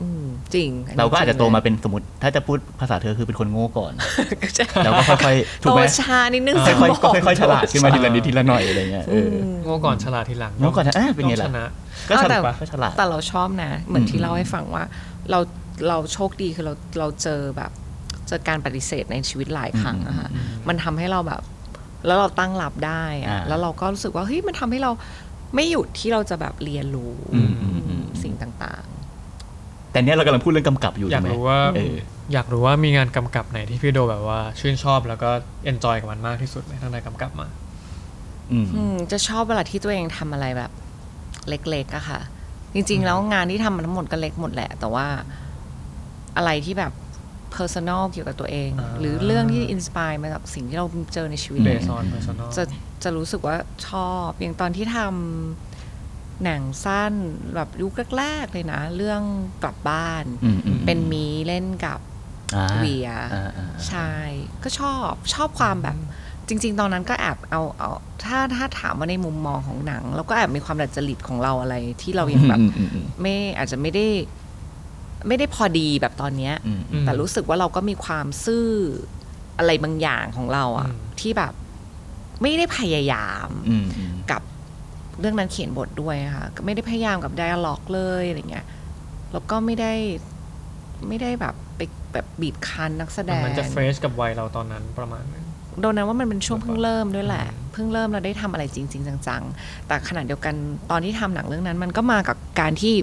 S5: อืมจริงนนี้
S4: เราก็อาจจะโต
S5: (laughs)
S4: มา
S5: ริง
S4: เป็นสมมติ ถ้าจะพูดภาษาเธอคือเป็นคนโง่ก่อน
S3: (laughs)
S5: เลยก็จะ
S4: แล้วก็ค่อยๆถูก
S5: โต
S4: ไหม
S5: ช้านิดนึง
S4: ค่อยๆก็ค่อยๆฉลาด
S5: โต
S4: ขึ้นมาทีละนิดทีละหน่อยอะไรเงี้ยเออ
S5: ม
S3: โง่ก่อนฉลาดทีหลัง
S4: โง่ก่อนนะอ่ะเป็นไงล่ะ
S3: ต้อชนะ
S4: ก็ฉลาด
S5: เอาแต่
S4: ปะก็ฉลาด
S5: แต่เราชอบนะ เหมือน
S4: อื
S5: ที่
S4: ม
S5: เล่าให้ฟังว่า เราเราโชคดีคือเราเราเจอแบบเจอการปฏิเสธในชีวิตหลายครั้งอะค่ะ มันทำให้เราแบบ แล้วเราตั้งรับได้อะ
S4: อ่า
S5: แล้วเราก็รู้สึกว่าเฮ้ยมันทำให้เราไม่หยุดที่เราจะแบบเรียนรู้
S4: อืมอืมอืม
S5: สิ่งต่าง
S4: แต่เนี้ยเรากำลังพูดเรื่องกำกับอยู่
S3: อยาก
S4: ใช่ไหม
S3: รู้ว่า
S4: เออ
S3: อยากรู้ว่ามีงานกำกับไหนที่พี่โดแบบว่าชื่นชอบแล้วก็เอนจอยกับมันมากที่สุดไหมทั้งในกำกับมา
S4: อืม
S5: ๆอืมจะชอบเวลาที่ตัวเองทำอะไรแบบ เล็กๆอะค่ะ จริง ๆ แล้วงานที่ทำมันทั้งหมดก็เล็กหมดแหละ แต่ว่าอะไรที่แบบ personal เกี่ยวกับตัวเอง
S3: อ่า
S5: หรือเรื่องที่อินสปายมาจากสิ่งที่เราเจอในชีวิต
S4: อืม
S3: based on personal
S5: จะจะรู้สึกว่าชอบอย่างตอนที่ทำหนังสั้นแบบยุคแรกๆเลยนะ เรื่องกลับบ้าน
S4: อืมอืม
S5: เป็นมีเล่นกับ
S4: อ่า
S5: เวีย
S4: อ่าอ่า
S5: ใช่ ก็ชอบชอบความแบบ จริง ๆ ตอนนั้นก็แอบเอาเอาถ้าถ้าถามว่าในมุมมองของหนัง เราก็แอบมีความดัดจริตของเราอะไรที่เรายังแบบ
S4: อืมอืมอืม
S5: ไม่อาจจะไม่ได้ ไม่ได้พอดีแบบตอนเนี้ย
S4: อืม
S3: อืม
S5: แต่รู้สึกว่าเราก็มีความซื่ออะไรบางอย่างของเราอะ
S3: อืม
S5: ที่แบบไม่ได้พยายาม
S4: อืมอืม
S5: กับเรื่องนั้นเขียนบทด้วยนะคะก็ไม่ได้พยายามกับไดอะล็อกเลยอะไรเงี้ยแล้วก็ไม่ได้ไม่ได้แบบไปแบบบีบคั้นนักแสดง
S3: มันจะเฟรชกับวัยเราตอนนั้นประมาณนึง
S5: โดนนั้นว่ามันเป็นช่วงเพิ่งเริ่มด้วยแหละ
S3: อืม
S5: เพิ่งเริ่มเราได้ทำอะไรจริง ๆ จังๆ แต่ขณะเดียวกันตอนที่ทำหนังเรื่องนั้น มันก็มากับการที่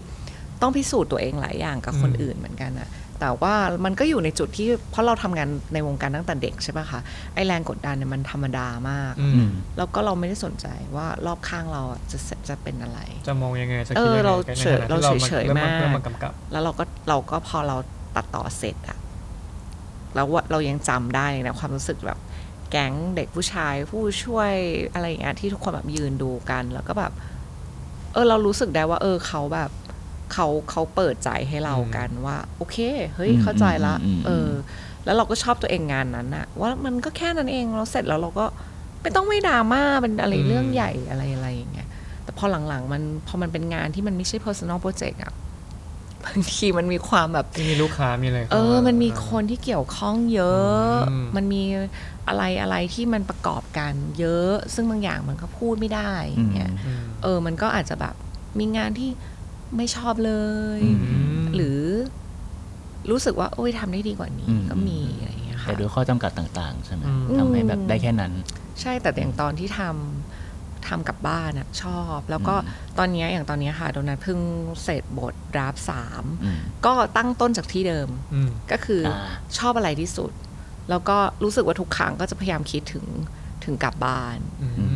S5: ต้องพิสูจน์ตัวเองหลายอย่างกับคนอื่นเหมือนกันอะแต่ว่ามันก็อยู่ในจุดที่เพราะเราทำงานในวงการตั้งแต่เด็กใช่ปะคะไอแรงกดดันเนี่ยมันธรรมดามาก
S3: อืม
S4: อืม
S5: แล้วก็เราไม่ได้สนใจว่ารอบข้างเราอะจะจะเป็นอะไร
S3: จะมองยังไงจะ
S5: เอ
S3: คิดยัง
S5: อ
S3: ไง
S5: เรา
S3: ใน
S5: เฉย
S3: ขณะ
S5: เรา
S3: ที่
S5: เฉยๆ
S3: เริ่ม
S5: มาก
S3: เริ่มมากำกับ
S5: แล้วเราก็เราก็พอเราตัดต่อเสร็จอะแล้วว่าเรายังจำได้เลยนะความรู้สึกแบบแก๊งเด็กผู้ชายผู้ช่วยอะไรอย่างเงี้ยที่ทุกคนแบบยืนดูกัน แล้วก็แบบ เออ เรารู้สึกได้ว่า เออเขาแบบเขาเขาเปิดใจให้เรากันว่า โอเค เฮ้ย
S4: อืม
S5: เข้าใจละ
S4: อืมอืม
S5: เออ แล้วเราก็ชอบตัวเองงานนั้นอะว่ามันก็แค่นั้นเองเราเสร็จแล้วเราก็ไป ไม่ต้องไม่ดราม่าเป็นอะไร
S3: อืม
S5: เรื่องใหญ่อะไรอะไรอย่างเงี้ยแต่พอหลังๆ มันพอมันเป็นงานที่มันไม่ใช่ personal project อะบางทีมันมีความแบบ
S3: ที่มีลูกค้ามีอะไรข้าา
S5: เออ มันมีคนที่เกี่ยวข้องเยอะ
S3: อืม
S5: มันมีอะไรอะไรที่มันประกอบกันเยอะ ซึ่งบางอย่างมันก็พูดไม่ได้อย่างเงี้ย
S3: อืม
S5: เออ มันก็อาจจะแบบมีงานที่ไม่ชอบเลย
S4: อืม
S3: ม
S5: หรือรู้สึกว่าโอ้ยทำได้ดีกว่านี้
S4: อืม
S5: ก็มีอะไรอย่างเงี้ยค่ะ
S4: แต่ด้วยข้อจำกัดต่าง ๆ ใช่ไหม
S3: อืม
S4: ทำให้แบบได้แค่นั้น
S5: ใช่แต่อย่างตอนที่ทำทำกลับบ้านอะชอบ แล้วก็
S4: อื
S5: ตอนเนี้ยอย่างตอนเนี้ยค่ะโดนัทเพิ่งเสร็จบทราฟสาม
S4: อืม
S5: ก็ตั้งต้นจากที่เดิม
S3: อืม
S5: ก็คืออา ชอบอะไรที่สุด แล้วก็รู้สึกว่าทุกครั้งก็จะพยายามคิดถึงถึงกลับบ้าน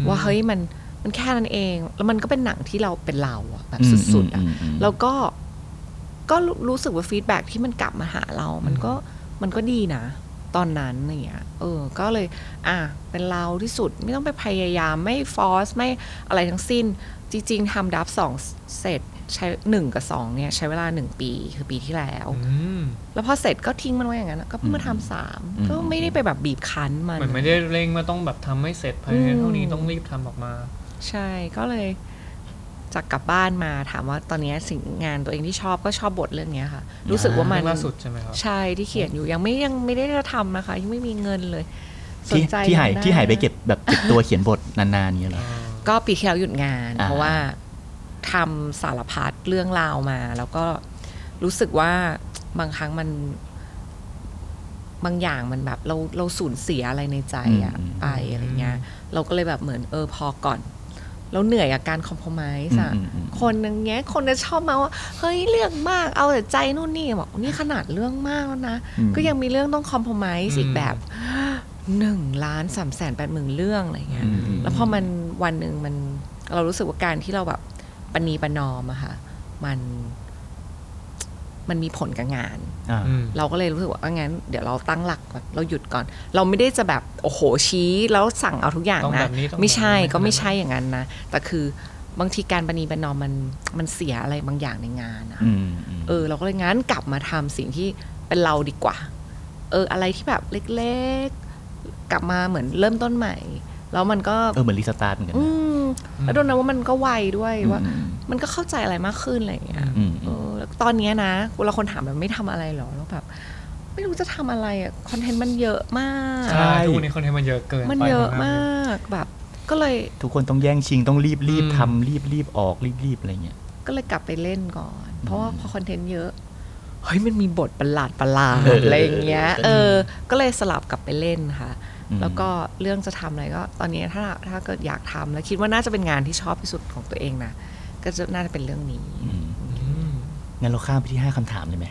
S5: ว่าเฮ้ยมันมันแค่นั้นเอง แล้วมันก็เป็นหนังที่เราเป็นเราอะแบบสุดๆอะ
S4: มมม
S5: แล้วก็ก็รู้รู้สึกว่าฟีดแบ็กที่มันกลับมาหาเรา มันก็มันก็ดีนะ ตอนนั้นอะไรอย่างเงี้ยเออ ก็เลย อ่ะเป็นเราที่สุดไม่ต้องไปพยายามไม่ฟอสไม่อะไรทั้งสิ้น จริง ๆทำดับสองเสร็จใช้หนึ่งกับสองเนี่ยใช้เวลาหนึ่งปีคือปีที่แล้ว
S3: อืม
S5: แล้วพอเสร็จก็ทิ้งมันไว้อย่างนั้นอะก็เพิ่งมาทำสาม
S4: อืม
S5: ก็ไม่ได้ไปแบบบีบคั้นมัน
S3: เหมือนไม่ได้เร่งว่าต้องแบบทำให้เสร็จภายในเท่านี้
S5: อืม
S3: ต้องรีบทำออกมา
S5: ใช่ก็เลย จากกลับบ้านมาถามว่าตอนนี้สิ่งงานตัวเองที่ชอบก็ชอบบทเรื่องเนี้ยค่ะ รู้สึกว่ามัน
S3: ล่าสุดใช่ไหมครับ
S5: ใช่ที่เขียนอยู่ยังไม่ยังไม่ได้ทำนะคะ ยังไม่มีเงินเลยสน
S4: ที่
S5: ใจ
S4: ที่หาย
S5: อด้
S4: ที่หายไปเก็บแบบเก็บตัวเขียนบทนานๆอย่างเงี้ยเหรอ
S5: ก็ปีที่แล้วหยุดงาน
S4: อ่า
S5: เพราะว่าทำสารพัดเรื่องราวมา แล้วก็รู้สึกว่าบางครั้งมัน บางอย่างมันแบบเราเราสูญเสียอะไรในใจอะ
S4: อืม
S5: ไปอะไรเงี้ยเราก็เลยแบบเหมือนเออพอก่อน เราเหนื่อยกับการคอมโพมไ s ์อะ
S4: อืมอืมอืม
S5: คนอย่างเงี้ยคนจะชอบมาว่า เฮ้ยเรื่องมากเอาแต่ใจนู่นนี่บอกนี่ขนาดเรื่องมากแล้วนะ
S4: อืม
S5: ก็ยังมีเรื่องต้องคอมโพมไ s ์อีก
S3: อืม
S5: แบบ (gasps) หนึ่งล้านสามแสนแปดหมื่นเรื่องอะไรเงี้ย
S4: อืมอืม
S5: แล้วพอมันวันหนึ่งมันเรารู้สึกว่าการที่เราแบบปณีประนอมอะค่ะ มัน มันมีผลกับงาน
S4: อ่า
S3: อืม
S5: เราก็เลยรู้สึกว่าอ่ะงั้นเดี๋ยวเราตั้งหลักแบบเราหยุดก่อน เราไม่ได้จะแบบโอ้โหชี้แล้วสั่งเอาทุกอย่าง
S3: ต้อง
S5: นะ
S3: แบบนี้ต้อง
S5: ไม่ใช่
S3: แบบนี้
S5: ก็ไม่ใช่อย่างนั้นนะแต่คือบางทีการประนีประนอมมันมันเสียอะไรบางอย่างในงานนะ
S4: อืมอืม
S5: เออ เราก็เลยงั้นกลับมาทำสิ่งที่เป็นเราดีกว่า เออ อะไรที่แบบเล็กๆ กลับมาเหมือนเริ่มต้นใหม่ แล้วมันก็
S4: เออเหมือนรีสตาร์ทเหมือนกัน
S5: อื
S4: นะ
S5: มแล้วโดนนะว่ามันก็ไวด้วยว่า
S4: อืม
S5: มันก็เข้าใจอะไรมากขึ้นอะไรอย่างเงี้ย
S4: อืม
S5: เอ
S4: อืม
S5: อแล้วตอนเนี้ยนะเวลาคนถามแบบไม่ทำอะไรหรอแล้วแบบ ไม่รู้จะทำอะไรอ่ะคอนเทนต์มันเยอะมาก
S3: ใช่ทุกวันนี้คอนเทนต์มันเยอะเกิน
S5: มัน
S3: ไป
S5: เยอะ
S3: ขงร
S5: มากแบบ ก็เลย
S4: ทุกคนต้องแย่งชิงต้องรีบรีบ
S3: อืม
S4: ทำรีบรีบออกรีบรีบอะไรเงี้ย
S5: ก็เลยกลับไปเล่นก่อน เพราะว่าพอคอนเทนต์เยอะเฮ้ยมันมีบทประหลาดประหลาด
S4: เออ
S5: อะไรอย่างเงี้ย
S4: เออเอ
S5: เอ
S4: อ
S5: อ ก็เลยสลับกลับไปเล่นค่ะ
S4: อืม
S5: แล้วก็เรื่องจะทำอะไรก็ ตอนนี้ถ้าถ้าเกิดอยากทำแล้วคิดว่าน่าจะเป็นงานที่ชอบที่สุดของตัวเองนะก็จะน่าจะเป็นเรื่องนี้
S4: อืม
S3: อืม
S4: งั้นเราข้ามไปที่ 5คำถามเลยไหม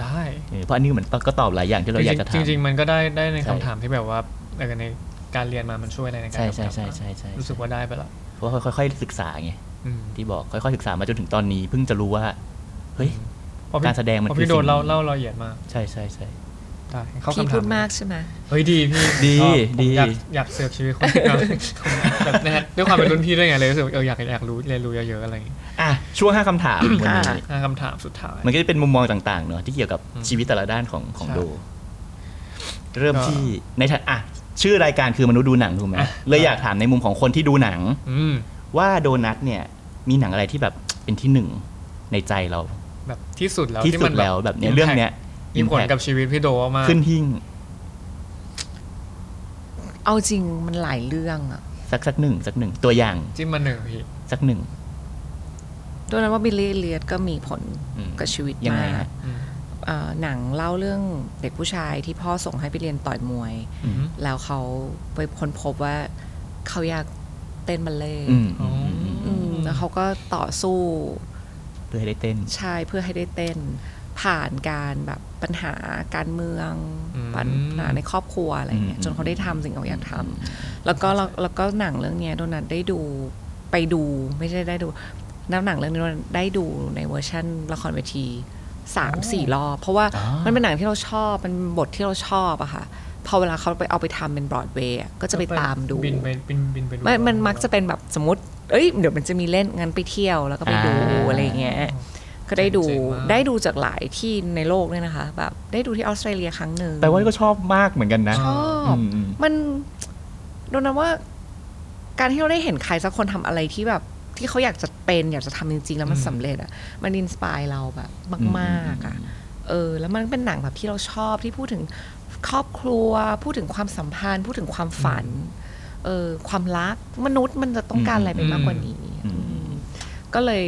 S3: ได้
S4: เออเพราะอันนี้เหมือนก็ตอบหลายอย่างที่เราอยากจะ
S3: จริงๆจริง ๆ
S4: ทำ
S3: มันก็ได้ได้ใน
S4: ใช่
S3: คำถามที่แบบว่าเออในการเรียนมามันช่วยอะไรในการ
S4: ใช่
S3: กำ
S4: ใช่
S3: กับ
S4: ใช่ใช่ใช่
S3: รู้สึกว่าได้ไปละ
S4: เพราะว่าค่อยๆศึกษาไง
S3: อืม
S4: ที่บอกค่อยๆศึกษามาจนถึงตอนนี้เพิ่งจะรู้ว่า เฮ้ย
S3: เพะพี่
S4: การแสดงมัน
S3: เพะ
S4: คือ
S3: พี่โดน
S4: สิ่ง
S3: เล่าเล่าละเอียดมาก
S4: ใช่ใช่ใช่
S3: ได้เข้า
S5: พี่
S3: คำ
S5: พู
S3: ถา
S5: ด
S3: ม
S5: มากใช่ไหม
S3: เฮ้ยดีพี่
S4: ดี
S3: ชอบผม
S4: ดี
S3: อยากอยากเสิร์ฟชีวิตคน
S4: (laughs)
S3: ที่เราแบบนะฮะด้วยความเป็นรุ่นพี่ด้วยไงเลยรู้สึกเอออยากอยากรู้เรียนรู้เยอะๆอะไรอย่างงี้
S4: อ่ะช่วง 5คำถามวันนี้
S5: ค่ะ
S3: ห้าคำถามสุดท้าย
S4: มันก็จะเป็นมุมมองต่างๆเนอะที่เกี่ยวกับ
S3: อืม
S4: ชีวิตแต่ละด้านของของ
S3: ใช่
S4: โด เริ่ม
S3: ก็
S4: ที่ในฐาอ่ะชื่อรายการคือมนุษย์ดูหนังถูกไหม
S3: อ่ะ
S4: เลยอยากถามในมุมของคนที่ดูหนัง
S3: อืม
S4: ว่าโดนัทเนี่ยมีหนังอะไรที่แบบเป็นที่หนึ่งในใจเรา
S3: แบบที่สุดแล้ว
S4: ที่สุ
S3: มั
S4: ด
S3: น
S4: แล้วแบบเนี้ยเรื่องเนี้ย
S3: มีผล
S4: impact
S3: กับชีวิตพี่โดมาก
S4: ขึ้นหิ้ง
S5: เอาจริงมันหลายเรื่องอะ
S4: สักสักหนึ่งสักหนึ่งตัวอย่าง
S3: จิ้มมาหนึ่งพี่
S4: สักหนึ่ง
S5: ด้วยนั้นว่าบิลลี่เลียดก็มีผล
S4: อืม
S5: กับชีวิต
S4: ยังไง
S5: มาก
S4: ฮะ
S3: อืม
S5: เอ่อหนังเล่าเรื่องเด็กผู้ชายที่พ่อส่งให้ไปเรียนต่อยมวย
S4: อืม
S5: แล้วเขาไปค้นพบว่าเขาอยากเต้นบัลเล่ต์
S4: อืม
S3: อ๋ออื
S4: ม
S5: อืมแล้วเขาก็ต่อสู้
S4: เพื่อให้ได้เต้น
S5: ชายเพื่อให้ได้เต้น ผ่านการแบบปัญหาการเมือง
S3: อืม
S5: ปัญหาในครอบครัวอะไรเงี้ย
S4: อืม
S5: จนเขาได้ทำสิ่งที่เขาอยากทำแล้วก็เราแล้วก็หนังเรื่องเนี้ยโดนัทได้ดูไปดูไม่ใช่ได้ดูแล้วหนังเรื่องนี้โดนัทได้ดูในเวอร์ชั่นละครเวทีสามสี่รอบเพราะว่า
S4: อ๋อ
S5: มันเป็นหนังที่เราชอบ มันบทที่เราชอบอะค่ะ พอเวลาเขาไปเอาไปทำเป็นบรอดเวย์ก็จะไปตามดู
S3: บินไปบินบินไปดู
S5: มันมันมักจะเป็นแบบสมมติ เอ้ย เดี๋ยวมันจะมีเล่นงั้นไปเที่ยวแล้วก็ไปดู
S4: อ่า
S5: อะไรอย่างเงี้ย ก็ได้ดู ได้ดูจากหลายที่ในโลกเนี่ยนะคะ แบบได้ดูที่ออสเตรเลียครั้งหนึ่ง
S4: แต่ว่าก็ชอบมากเหมือนกันนะ
S5: ชอบ
S4: อืมอืม
S5: มันโดนัทว่า การที่เราได้เห็นใครสักคนทำอะไรที่แบบที่เขาอยากจะเป็นอยากจะทำจริงๆ แล้วมัน
S3: อืม
S5: สำเร็จอ่ะมันอินสปายเราแบบมากๆอ่ะเออ แล้วมันเป็นหนังแบบที่เราชอบที่พูดถึงครอบครัว พูดถึงความสัมพันธ์ พูดถึงความฝันเออความรักมนุษย์มันจะต้องการอะไรไปมากกว่านี้
S4: อืม
S5: อืมก็เลย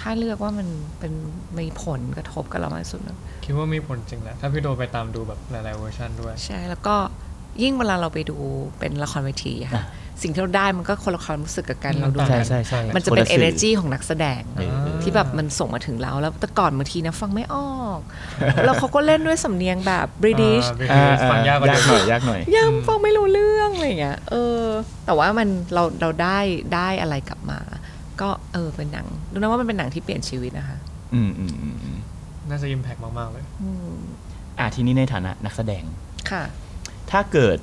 S5: ค่าเลือกว่ามันเป็นมีผลกระทบกับเรามากที่สุดแล้ว
S3: คิดว่ามีผลจริงแหละถ้าพี่โดไปตามดูแบบหลายๆเวอร์ชันด้วย
S5: ใช่แล้วก็ยิ่งเวลาเราไปดูเป็นละครเวทีอะค่ะ สิ่งที่เราได้มันก็คนละความรู้สึกกับการเราดู
S3: มัน
S4: ใช่
S3: ต่าง
S4: ใช่ใช่
S5: มันจะเป็น
S4: คละสื่อ
S5: energy ของนักแสดง
S4: เออ
S5: ที่แบบมันส่งมาถึงเราแล้วแต่ก่อนบางทีนะฟังไม่ออก แล้วเขาก็เล่นด้วยสำเนียงแบบ British
S3: อ่า British
S4: อ่
S3: ฟังยากกว่าเดิม
S4: หน่อยยากหน่อย
S5: ยังฟังไม่รู้เรื่องอะไรอย่างเงี้ยเออ แต่ว่ามันเราเราได้ได้อะไรกลับมา ก็เออเป็นหนังดูนะว่ามันเป็นหนังที่เปลี่ยนชีวิตนะคะ
S4: อืมอืมอืมอืม
S3: น่าจะอิมแพกมาก ๆ เลย
S5: อืม
S4: อ่ะทีนี้ในฐานะนักแสดง
S5: ค่ะ
S4: ถ้าเกิด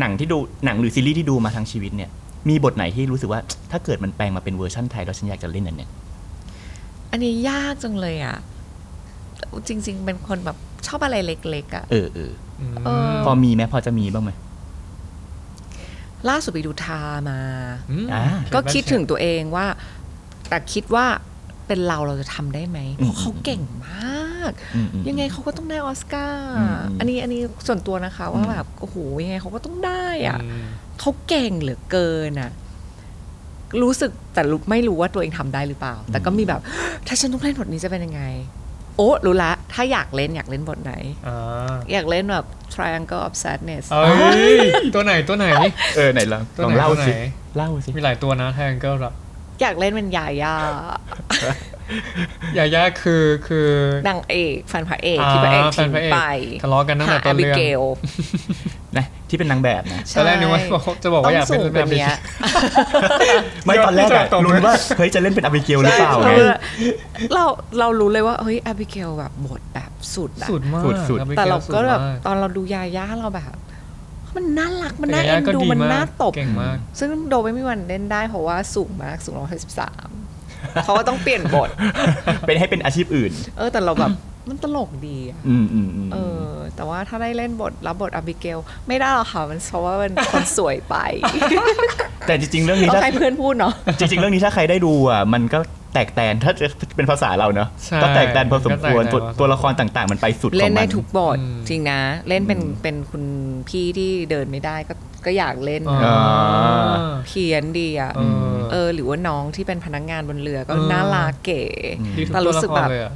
S4: หนังที่ดูหนังหรือซีรีส์ที่ดูมาทั้งชีวิตเนี่ย มีบทไหนที่รู้สึกว่า ถ้าเกิดมันแปลงมาเป็นเวอร์ชั่นไทยแล้วฉันอยากจะเล่นอันเนี่ย
S5: อันนี้ยากจังเลยอ่ะ จริง ๆ เป็นคนแบบชอบอะไรเล็ก ๆ อ่ะ
S4: เออเออ
S5: เออ
S4: พอมีไหมพอจะมีบ้างไหม
S5: ล่าสุดไปดูทามา
S3: ม
S4: อ่า
S5: ก็คิดถึงตัวเองว่า แต่คิดว่าเป็นเราเราจะทำได้ไหม
S4: อืม
S5: เพราะเขาเก่งมาก
S4: อืมอืม
S5: ยังไงเขาก็ต้องได้ออสการ์
S4: อืมอืม
S5: อันนี้อันนี้ส่วนตัวนะคะ ว่า
S4: อืม
S5: แบบโอ้โหยังไงเขาก็ต้องได้อ่ะเขาเก่งเหลือเกินอ่ะ รู้สึกแต่รู้ไม่รู้ว่าตัวเองทำได้หรือเปล่า แต่ก็มีแบบ ถ้าฉันต้องเล่นบทนี้จะเป็นยังไง โอ้รู้ละถ้าอยากเล่นอยากเล่นบทไหน
S3: อ่า
S5: อยากเล่นแบบ triangle of sadness
S3: เอ้ย ตัวไหนตัวไหน
S4: เออไหนลอง
S3: ตัว
S4: ล
S3: ไหน
S4: องเล่า
S3: ตัวไหน
S4: สิเล่าสิ
S3: มีหลายตัวนะแทงก็รับ
S5: อยากเล่นเป็นยาย่าย
S3: าย่าคือคือ
S5: นางเอกแฟนพระเอกที่พระเอก
S3: อ่าแฟ
S5: ทิ้
S3: น
S5: ง
S3: พระเอก
S5: ไป
S3: ทะเลาะกันตั้งแต่ตอนเรื่อง
S5: หา Abigail
S4: นะที่เป็นนางแบบนะ
S5: ใช่
S3: ตอนแรกนึกว่า (laughs) จะบอกว่าอยากเป็น
S5: ต้งสูงกว่านี้ย
S4: ไม่ตอนแรกอะ
S3: ตรงนั้น
S4: ลุ้นว่าเฮ้ยจะเล่นเป็นอบิเกลหรือเปล่า
S5: เอ
S4: ไง
S5: อเราเรารู้เลยว่าเฮ้ย Abigail แบบบทแบบสุดอะ
S3: สุดมาก
S4: สุดสุด
S3: อบิกล
S5: แต่เราก็แบบ
S3: สุดม
S5: ตอนเราดูยาย่าเราแบบ มันน่ารักมันน่าย
S3: แต่า
S5: เอ็
S3: ย่านก็
S5: ดูมันน่าตบ
S3: เก่งมาก
S5: ซึ่งโดไม่มีวันเล่นได้เพราะว่าสูงมากสูงร้อยสิบสามเขาก็ต้องเปลี่ยน
S3: (laughs)
S5: บท
S4: (laughs) เป็นให้เป็นอาชีพอื่น
S5: เออแต่เราแบบมันตลกดีอะ
S4: อืมอืมอืม
S5: เออแต่ว่าถ้าได้เล่นบทรับบทอบิเกล ไม่ได้หรอกค่ะ มันเพราะว่ามัน คนสวยไป
S4: แต่จริง ๆ เรื่องนี้
S5: ต้อง
S4: ถ้า
S5: ให้เพื่อนพูดเนาะ
S4: จริง ๆ เรื่องนี้ถ้าใครได้ดูอ่ะมันก็แตกแตนถ้าจะเป็นภาษาเราเนอะ
S3: ใช่
S4: ก็แตกแตนพอสมควร
S3: ก็แตกแตนพอสมควร
S4: ตัวตัวละครต่างๆ มันไปสุดของมัน
S5: เล่นได้ทุกบท
S3: อืม
S5: จริงนะ เล่นเป็นเป็นคุณพี่ที่เดินไม่ได้ก็ก็อยากเล่น
S3: อ๋อ
S5: นะ
S4: อ่า
S5: เพี้ยนดีอ่ะ
S3: เออ
S5: เออหรือว่าน้องที่เป็นพนักงานบนเรือก็
S3: เออ
S5: น่ารักเก๋
S3: ดีทุก
S5: แต่
S3: ตั
S5: รู้
S3: วละ
S5: สึก
S3: ค
S5: แบ
S3: ร
S5: บ
S3: เลยอะ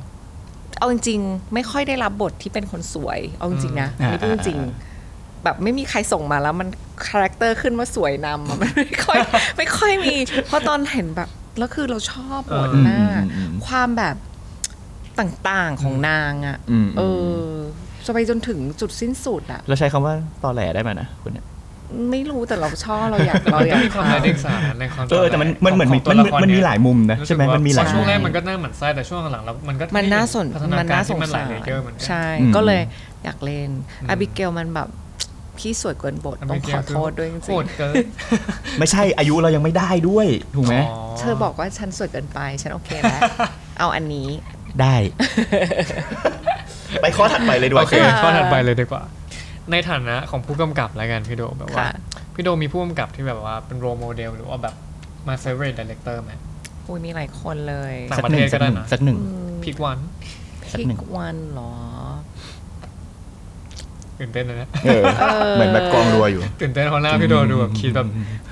S5: เอาจริงๆไม่ค่อยได้รับบทที่เป็นคนสวย เอาจริงๆนะ
S4: อืม
S5: นี่พูดจริง
S4: อ่า
S5: ๆแบบไม่มีใครส่งมาแล้วมันคาแรคเตอร์ขึ้นว่าสวยนำอะ (laughs) มันไม่
S3: (laughs)
S5: ค่อยไม่ค่อยมี เพราะตอนเห็นแบบแล้วคือเราชอบหมด
S3: เออ
S5: หน้าความแบบต่างๆของนางอ่ะ
S4: อืม
S5: เออจะไปจนถึงจุดสิ้นสุดอ่ะ
S4: เราใช้คำว่าตอแหลได้ไหมนะคุณเนี่ย
S5: ไม่รู้แต่เราชอบเราอยากเราอยาก
S3: มีความน่าเด็กสารในความ
S4: เออแต่มันมันเหมือน
S3: ข
S4: มั
S3: อง
S4: น
S3: ตัว
S4: มัน
S3: ละคร
S4: มันมี
S3: เย
S4: หลายมุมนะใช่ไหม
S3: รู้สึกว่
S4: มันมีหลาย
S3: ช่วงแรกมัน
S4: มุม
S3: ก็น่าหมั่นไส้แต่ช่วงหลังๆแล้วมันก็
S5: มันน่าสน
S3: พัฒนา
S5: มัน
S3: กา
S5: น่าร ส
S3: ที่
S5: ง
S3: มันหลา
S5: สาย ร
S3: เลเยอร์เหมือนกัน
S5: ใช่
S4: อืม
S5: ก็เลยอยากเล่น
S3: อืม
S5: อบิเกลมันแบบพี่สวยเกินบทต้องขอโทษด้วยจริงๆ
S3: โคตรเกิน
S4: ไม่ใช่อายุเรายังไม่ได้ด้วยถูกไหม
S5: เธอบอกว่าฉันสวยเกินไป ฉันโอเคแล้ว
S4: (laughs)
S5: เอาอันนี้
S4: ได้
S3: (laughs)
S4: ไปข้อถัดไปเลยดีก
S3: โอ
S4: ว่า
S3: เคข้อถัดไปเลยดีกว่า ในฐานะของผู้กำกับแล้วกันพี่โดแบบว่า
S5: ค่ะ
S3: พี่โดมีผู้กำกับที่แบบว่าเป็นโรโมเดลหรือว่าแบบมาเฟเวอร์ดีเลกเตอร์ไหม
S5: อุ้ยมีหลายคนเลย
S3: ต่าง
S4: สัก
S3: ประ
S4: ห
S3: เท
S4: นึ่
S3: ศก็
S4: งสัก
S3: ได้
S4: หนึ่ง
S3: นะ
S4: สักหนึ่ง
S3: พิกวัน
S4: สัก
S5: พิ
S4: หนึ่ง
S5: กวันเหรอ
S3: ตื่นเต้นเลยนะ
S4: เออเหมือนแบบกองรัวอยู่
S3: ตื่นเต้นเพราะหน้าพี่โดดูแบบคิดแบบ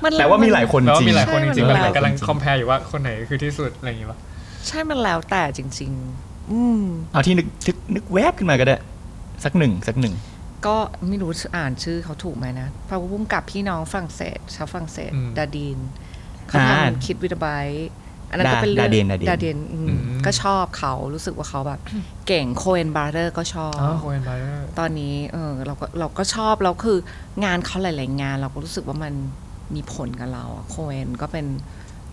S5: มัน
S4: แต่ว่ามีหลายคน
S3: แปลว่า
S4: จริง
S3: มีหลายคนจริงๆแบบ
S5: ใช่มันแล้ว
S3: กำลังคอมเพลอยู่ว่าคนไหนคือที่สุดอะไรอย่างงี้ป่ะ
S5: ใช่มันแล้วแต่จริง ๆ อืม
S4: เอาที่นึกนึกนึกแวบขึ้นมาก็ได้ สักหนึ่งสักหนึ่ง
S5: ก็ไม่รู้อ่านชื่อเขาถูกไหมนะเพราะว่าพุ่มกับพี่น้องฝรั่งเศสชาวฝรั่งเศส ดาดีนเขา
S4: อ่า
S5: ทำคิดวิดไบอันนั้นก็
S4: ดา
S5: เป็นเรื่อง
S4: ดาเดนดาเดน
S5: เดนอืมก็ชอบเขารู้สึกว่าเขาแบบ เก่งโคเอนบาร์เดอร์ก็ชอบ
S3: อ๋อโคเอนไบเดอร์
S5: ตอนนี้เออเราก็เราก็ชอบแล้วคืองานเขาหลาย ๆ งาน เราก็รู้สึกว่ามันมีผลกับเราโคเอนก็เป็น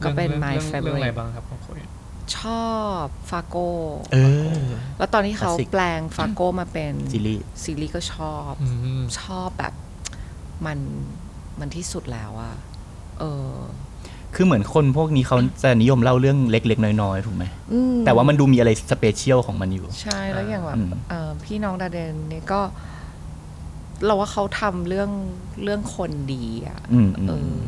S5: ก็เป็น
S3: รื่อง
S5: my
S3: รื่องเรื่องอะไร
S5: favorite
S3: บ้างครับของโคเอน
S5: ชอบฟาโก้
S4: เออ
S5: แล้วตอนที่เขา
S4: Classic
S5: แปลงฟาโก้มาเป็น
S4: ซีรีส์
S5: ซีรีส์ก็ชอบ ชอบแบบมันมันที่สุดแล้วอะเออ
S4: คือเหมือนคนพวกนี้เขาจะนิยมเล่าเรื่องเล็ก ๆ น้อยๆถูกไหม
S5: อืม
S4: แต่ว่ามันดูมีอะไรสเปเชียลของมันอยู่
S5: ใช่แล้วอย่างแบบ
S4: อืม
S5: เอ่อพี่น้องดาเดนเนี่ยก็ เราว่าเขาทำเรื่องเรื่องคนดีอะ
S4: อืม
S5: เออ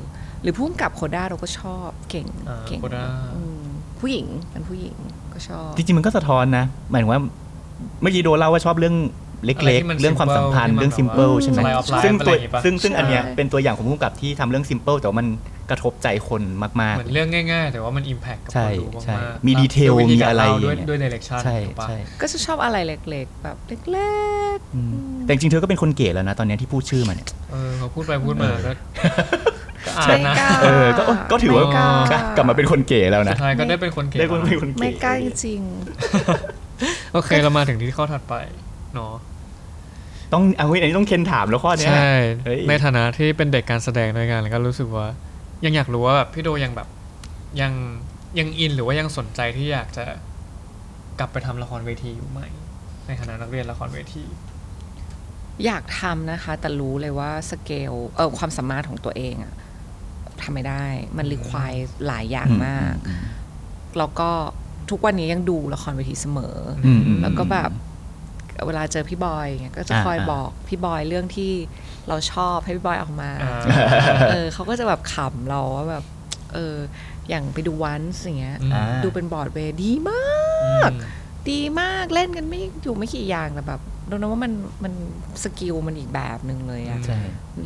S5: รือพุ่มกับโคด้าเราก็ชอบเก่ง
S3: อ่า
S5: เก่ง
S3: โคด้า
S5: อืมผู้หญิงเป็นผู้หญิงก็ชอบ
S4: จริงๆมันก็สะท้อนนะ หมายถึงว่าเมื่อกี้โดเล่าว่าชอบเรื่องเ
S3: อะไร
S4: ล็ก
S3: ที่มัน
S4: ๆ เรื่องความสัมพันธ์
S3: simple
S4: เรื่องซิมเ l ิล
S5: ที่
S4: ใช่ไห
S5: มั
S4: ม
S5: น
S3: แบบว่า slice of life
S4: ซึ่ง
S3: อะไรอย่างงี้
S4: ตัว
S3: ปะ
S4: ซึ่งซึ่ง
S5: ใช่
S4: อันเนี้ยเป็นตัวอย่างของผู้กำกับที่ทำเรื่องซิมเ l ิลแต่ว่ามันกระทบใจคนมาก
S3: เหมือนเรื่องง่ายๆ แต่ว่ามันอิมแพคกับ
S4: ใช่
S3: คนดูมาก
S4: ใช่
S3: ๆ
S4: มี
S3: แล้ว
S4: detail
S3: ด้วยวิธีกา
S4: มีอะไร
S3: เล่าด้วย
S4: อย่างเงี้ย
S3: ด้วยเดเรคชั่น
S4: ๆ ใช่
S3: ถูกปะ
S4: ใช่
S5: ก็จะชอบอะไรเล็กๆ แบบเล็ก
S4: อืมแต่จริงๆเธอก็เป็นคนเก๋แล้วนะ ตอนเนี้ยที่พูดชื่อมาเนี่ย
S3: เออเขาพูดไปพูดมาก็ก็
S5: ๆ
S3: อ่า
S5: ไม่
S3: นนะ
S5: กล้า
S4: เออก็ก็ถือว่า
S5: ไม่ล้
S4: กลับมาเป็นคนเก๋แล้ว
S3: สุ
S4: นะ
S3: ดท้ายก็ได้เป็นคนเก่ง
S4: ได้เป็นคนเก๋
S5: ไม่กล้าจริง
S3: โอเคเรามาถึงที่ข้อถัดไปเนาะ
S4: ต้องเอาเฮ้ยอันนี้ต้องเคนถามแล้วข้อเนี้ย
S3: ใช่
S4: เฮ้ย
S3: ในฐานะที่เป็นเด็กการแสดงด้วยกันแล้วก็รู้สึกว่า ยังอยากรู้ว่าแบบพี่โดยังแบบยังยังอินหรือว่ายังสนใจที่อยากจะกลับไปทำละครเวทีอยู่ไหม ในฐานะนักเรียนละครเวที
S5: ๆ อยากทำนะคะ แต่รู้เลยว่าสเกลเออความสามารถของตัวเองอะทำไม่ได้ มันรีควายหลายอย่างมาก แล้วก็ทุกวันนี้ยังดูละครเวทีเสมอ
S4: อืมอืม
S5: แล้วก็แบบเวลาเจอพี่บอยอย่างเงี้ยก็จะ
S4: อ่า
S5: คอย
S4: อ่า
S5: บอกพี่บอยเรื่องที่เราชอบให้พี่บอยเออกมา
S3: อ่า
S5: เออเขาก็จะแบบขำเราว่าแบบ เออ อย่างไปดูวันอย่างเงี้ย
S4: อ่า
S5: ดูเป็นบอร์ดเวย์ดีมาก
S3: อืม
S5: ดีมากเล่นกันไม่อยู่ไม่กี่อย่างแต่แบบเรานะว่ามันมันสกิลมันอีกแบบหนึ่งเลยอะ
S4: ใช่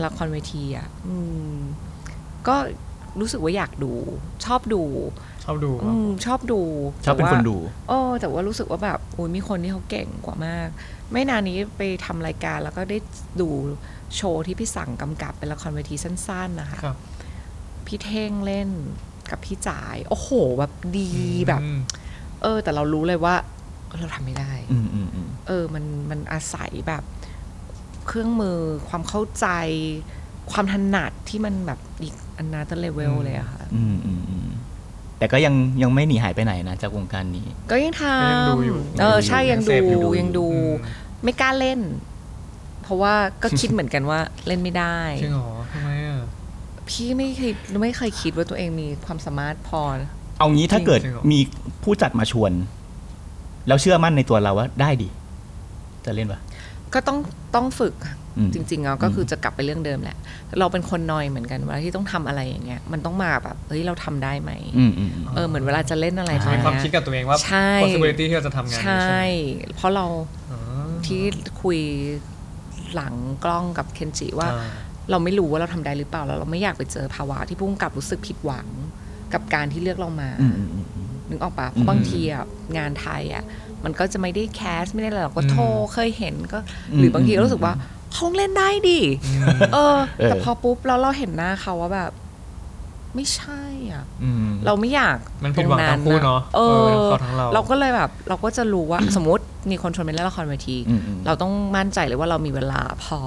S5: ละครเวทีอะอืม ก็รู้สึกว่าอยากดู ชอบดู
S3: ชอบดู
S5: อืมชอบดู
S4: ชอบเป็น
S5: แต่
S4: คน
S5: ว่า
S4: ดู
S5: โอ้แต่ว่ารู้สึกว่าแบบโอ้ยมีคนที่เขาเก่งกว่ามาก ไม่นานนี้ไปทำรายการแล้วก็ได้ดูโชว์ที่พี่สั่งกำกับเป็นละครเวทีสั้นๆนะคะ
S3: ครับ
S5: พี่เท่งเล่นกับพี่จ่าย โอ้โห แบบดีแบบ
S3: อืม
S5: เออ แต่เรารู้เลยว่าเราทำไม่ได้
S4: อืมอืมอืม
S5: เออ มันมันอาศัยแบบเครื่องมือความเข้าใจ ความถนัดที่มันแบบอีกอันนาตเลเวลเลยอะค่ะ
S4: อืมอืมอืมแต่ก็ยังยังไม่หนีหายไปไหนนะจากวงการนี้
S5: ก็ยังท
S3: ก็ยังดูอยู่
S5: ำเออใช่ยัง
S3: เส
S5: ดู
S3: พอ
S5: ยังดู
S3: อืม
S5: ไม่กล้าเล่น เพราะว่าก็คิดเหมือนกันว่าเล่นไม่ได้
S3: จริงเหรอทำไมอ่ะ
S5: พี่ไม่เคยไม่เคยคิดว่าตัวเองมีความสามารถพอ
S4: เอางี้ถ้าเกิด
S3: จริงเหรอ
S4: มีผู้จัดมาชวน แล้วเชื่อมั่นในตัวเราว่าได้ดิ จะเล่นปะ
S5: ก็ต้องต้องฝึก
S4: อืม
S5: จริงๆแล้วก็คือจะกลับไปเรื่องเดิมแหละ เราเป็นคนนอยเหมือนกันเวลาที่ต้องทำอะไรอย่างเงี้ยมันต้องมาแบบเฮ้ยเราทำได้ไหม
S4: อืมอืม
S5: เออเหมือนเวลาจะเล่นอะไร
S4: ใช่
S5: ตอน
S3: มีความคิด
S5: เนี้ย
S3: กับตัวเองว่า
S5: ใช่
S3: possibility ที่เราจะทำงานนี้
S5: ใช่
S3: ไหม
S5: เพราะเรา
S3: อ๋อ
S5: ที่คุยหลังกล้องกับเคนจิว่า
S3: อ่
S5: เราไม่รู้ว่าเราทำได้หรือเปล่าแล้วเราไม่อยากไปเจอภาวะที่พุ่งกลับรู้สึกผิดหวังกับการที่เลือกเรามา
S4: อืมอืมอืมอืม
S5: นึกออกปะ
S4: อืม
S5: บางทีอ่ะงานไทยอ่ะมันก็จะไม่ได้แคสไม่ได้อะไรหรอกก็
S3: อืม
S5: โทรเคยเห็นก็
S4: อืม
S5: หรือบางทีก็รู้สึกว่าเขาเล่นได้ดิเออ
S4: เออ
S5: แต่พอปุ๊บแล้วเราเห็นหน้าเขาว่าแบบ ไม่ใช่อ่ะ
S4: อืม
S5: เราไม่อยาก
S3: มันผิดหวังทั้งคู่เนอะ
S5: เออ
S3: เออทั้งเขาทั้งเรา
S5: เราก็เลยแบบ เราก็จะรู้ว่า สมมติมีคนชวนไปเล่นละครเวที
S4: อืมอืม
S5: เราต้องมั่นใจเลยว่าเรามีเวลาพอ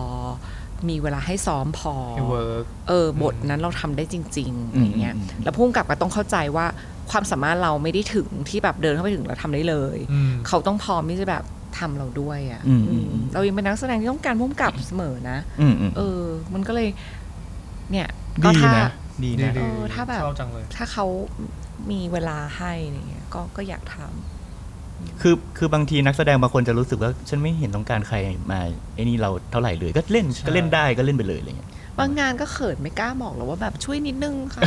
S5: มีเวลาให้ซ้อมพอ
S3: ให้ work
S5: เออบทนั้นเราทำได้จริงๆ
S4: อืม
S5: อะไรเงี้ย
S4: อืมอืม
S5: แล้วพุ่งกับก็ต้องเข้าใจว่าความสามารถเราไม่ได้ถึงที่แบบเดินเข้าไปถึงแล้วทำได้เลย
S3: อืม
S5: เขาต้องพร้อมที่จะแบบทำเราด้วยอะ่ะ
S4: อืมอืม
S5: อืมเรายังเป็นนักแสดงที่ต้องการพุ่งกับเสมอนะ
S4: อืมอืม
S5: เออ มันก็เลย เนี่ยก็
S4: ดี
S5: ถ้า
S4: นะดีนะ
S5: เออถ้าแบบ
S3: ชอบจังเลย
S5: ถ้าเขามีเวลาให้อะไรเงี้ยก็ก็อยากทำ
S4: คือคือบางทีนักแสดงบางคนจะรู้สึกว่า ฉันไม่เห็นต้องการใครมาไอ้นี่เราเท่าไหร่เลย ก็เล่น
S3: ใช่
S4: ก็เล่นได้ก็เล่นไปเลยอะไรเงี้ย
S5: บางงานก็เขินไม่กล้าบอกหรอกว่าแบบช่วยนิดนึงค่ะ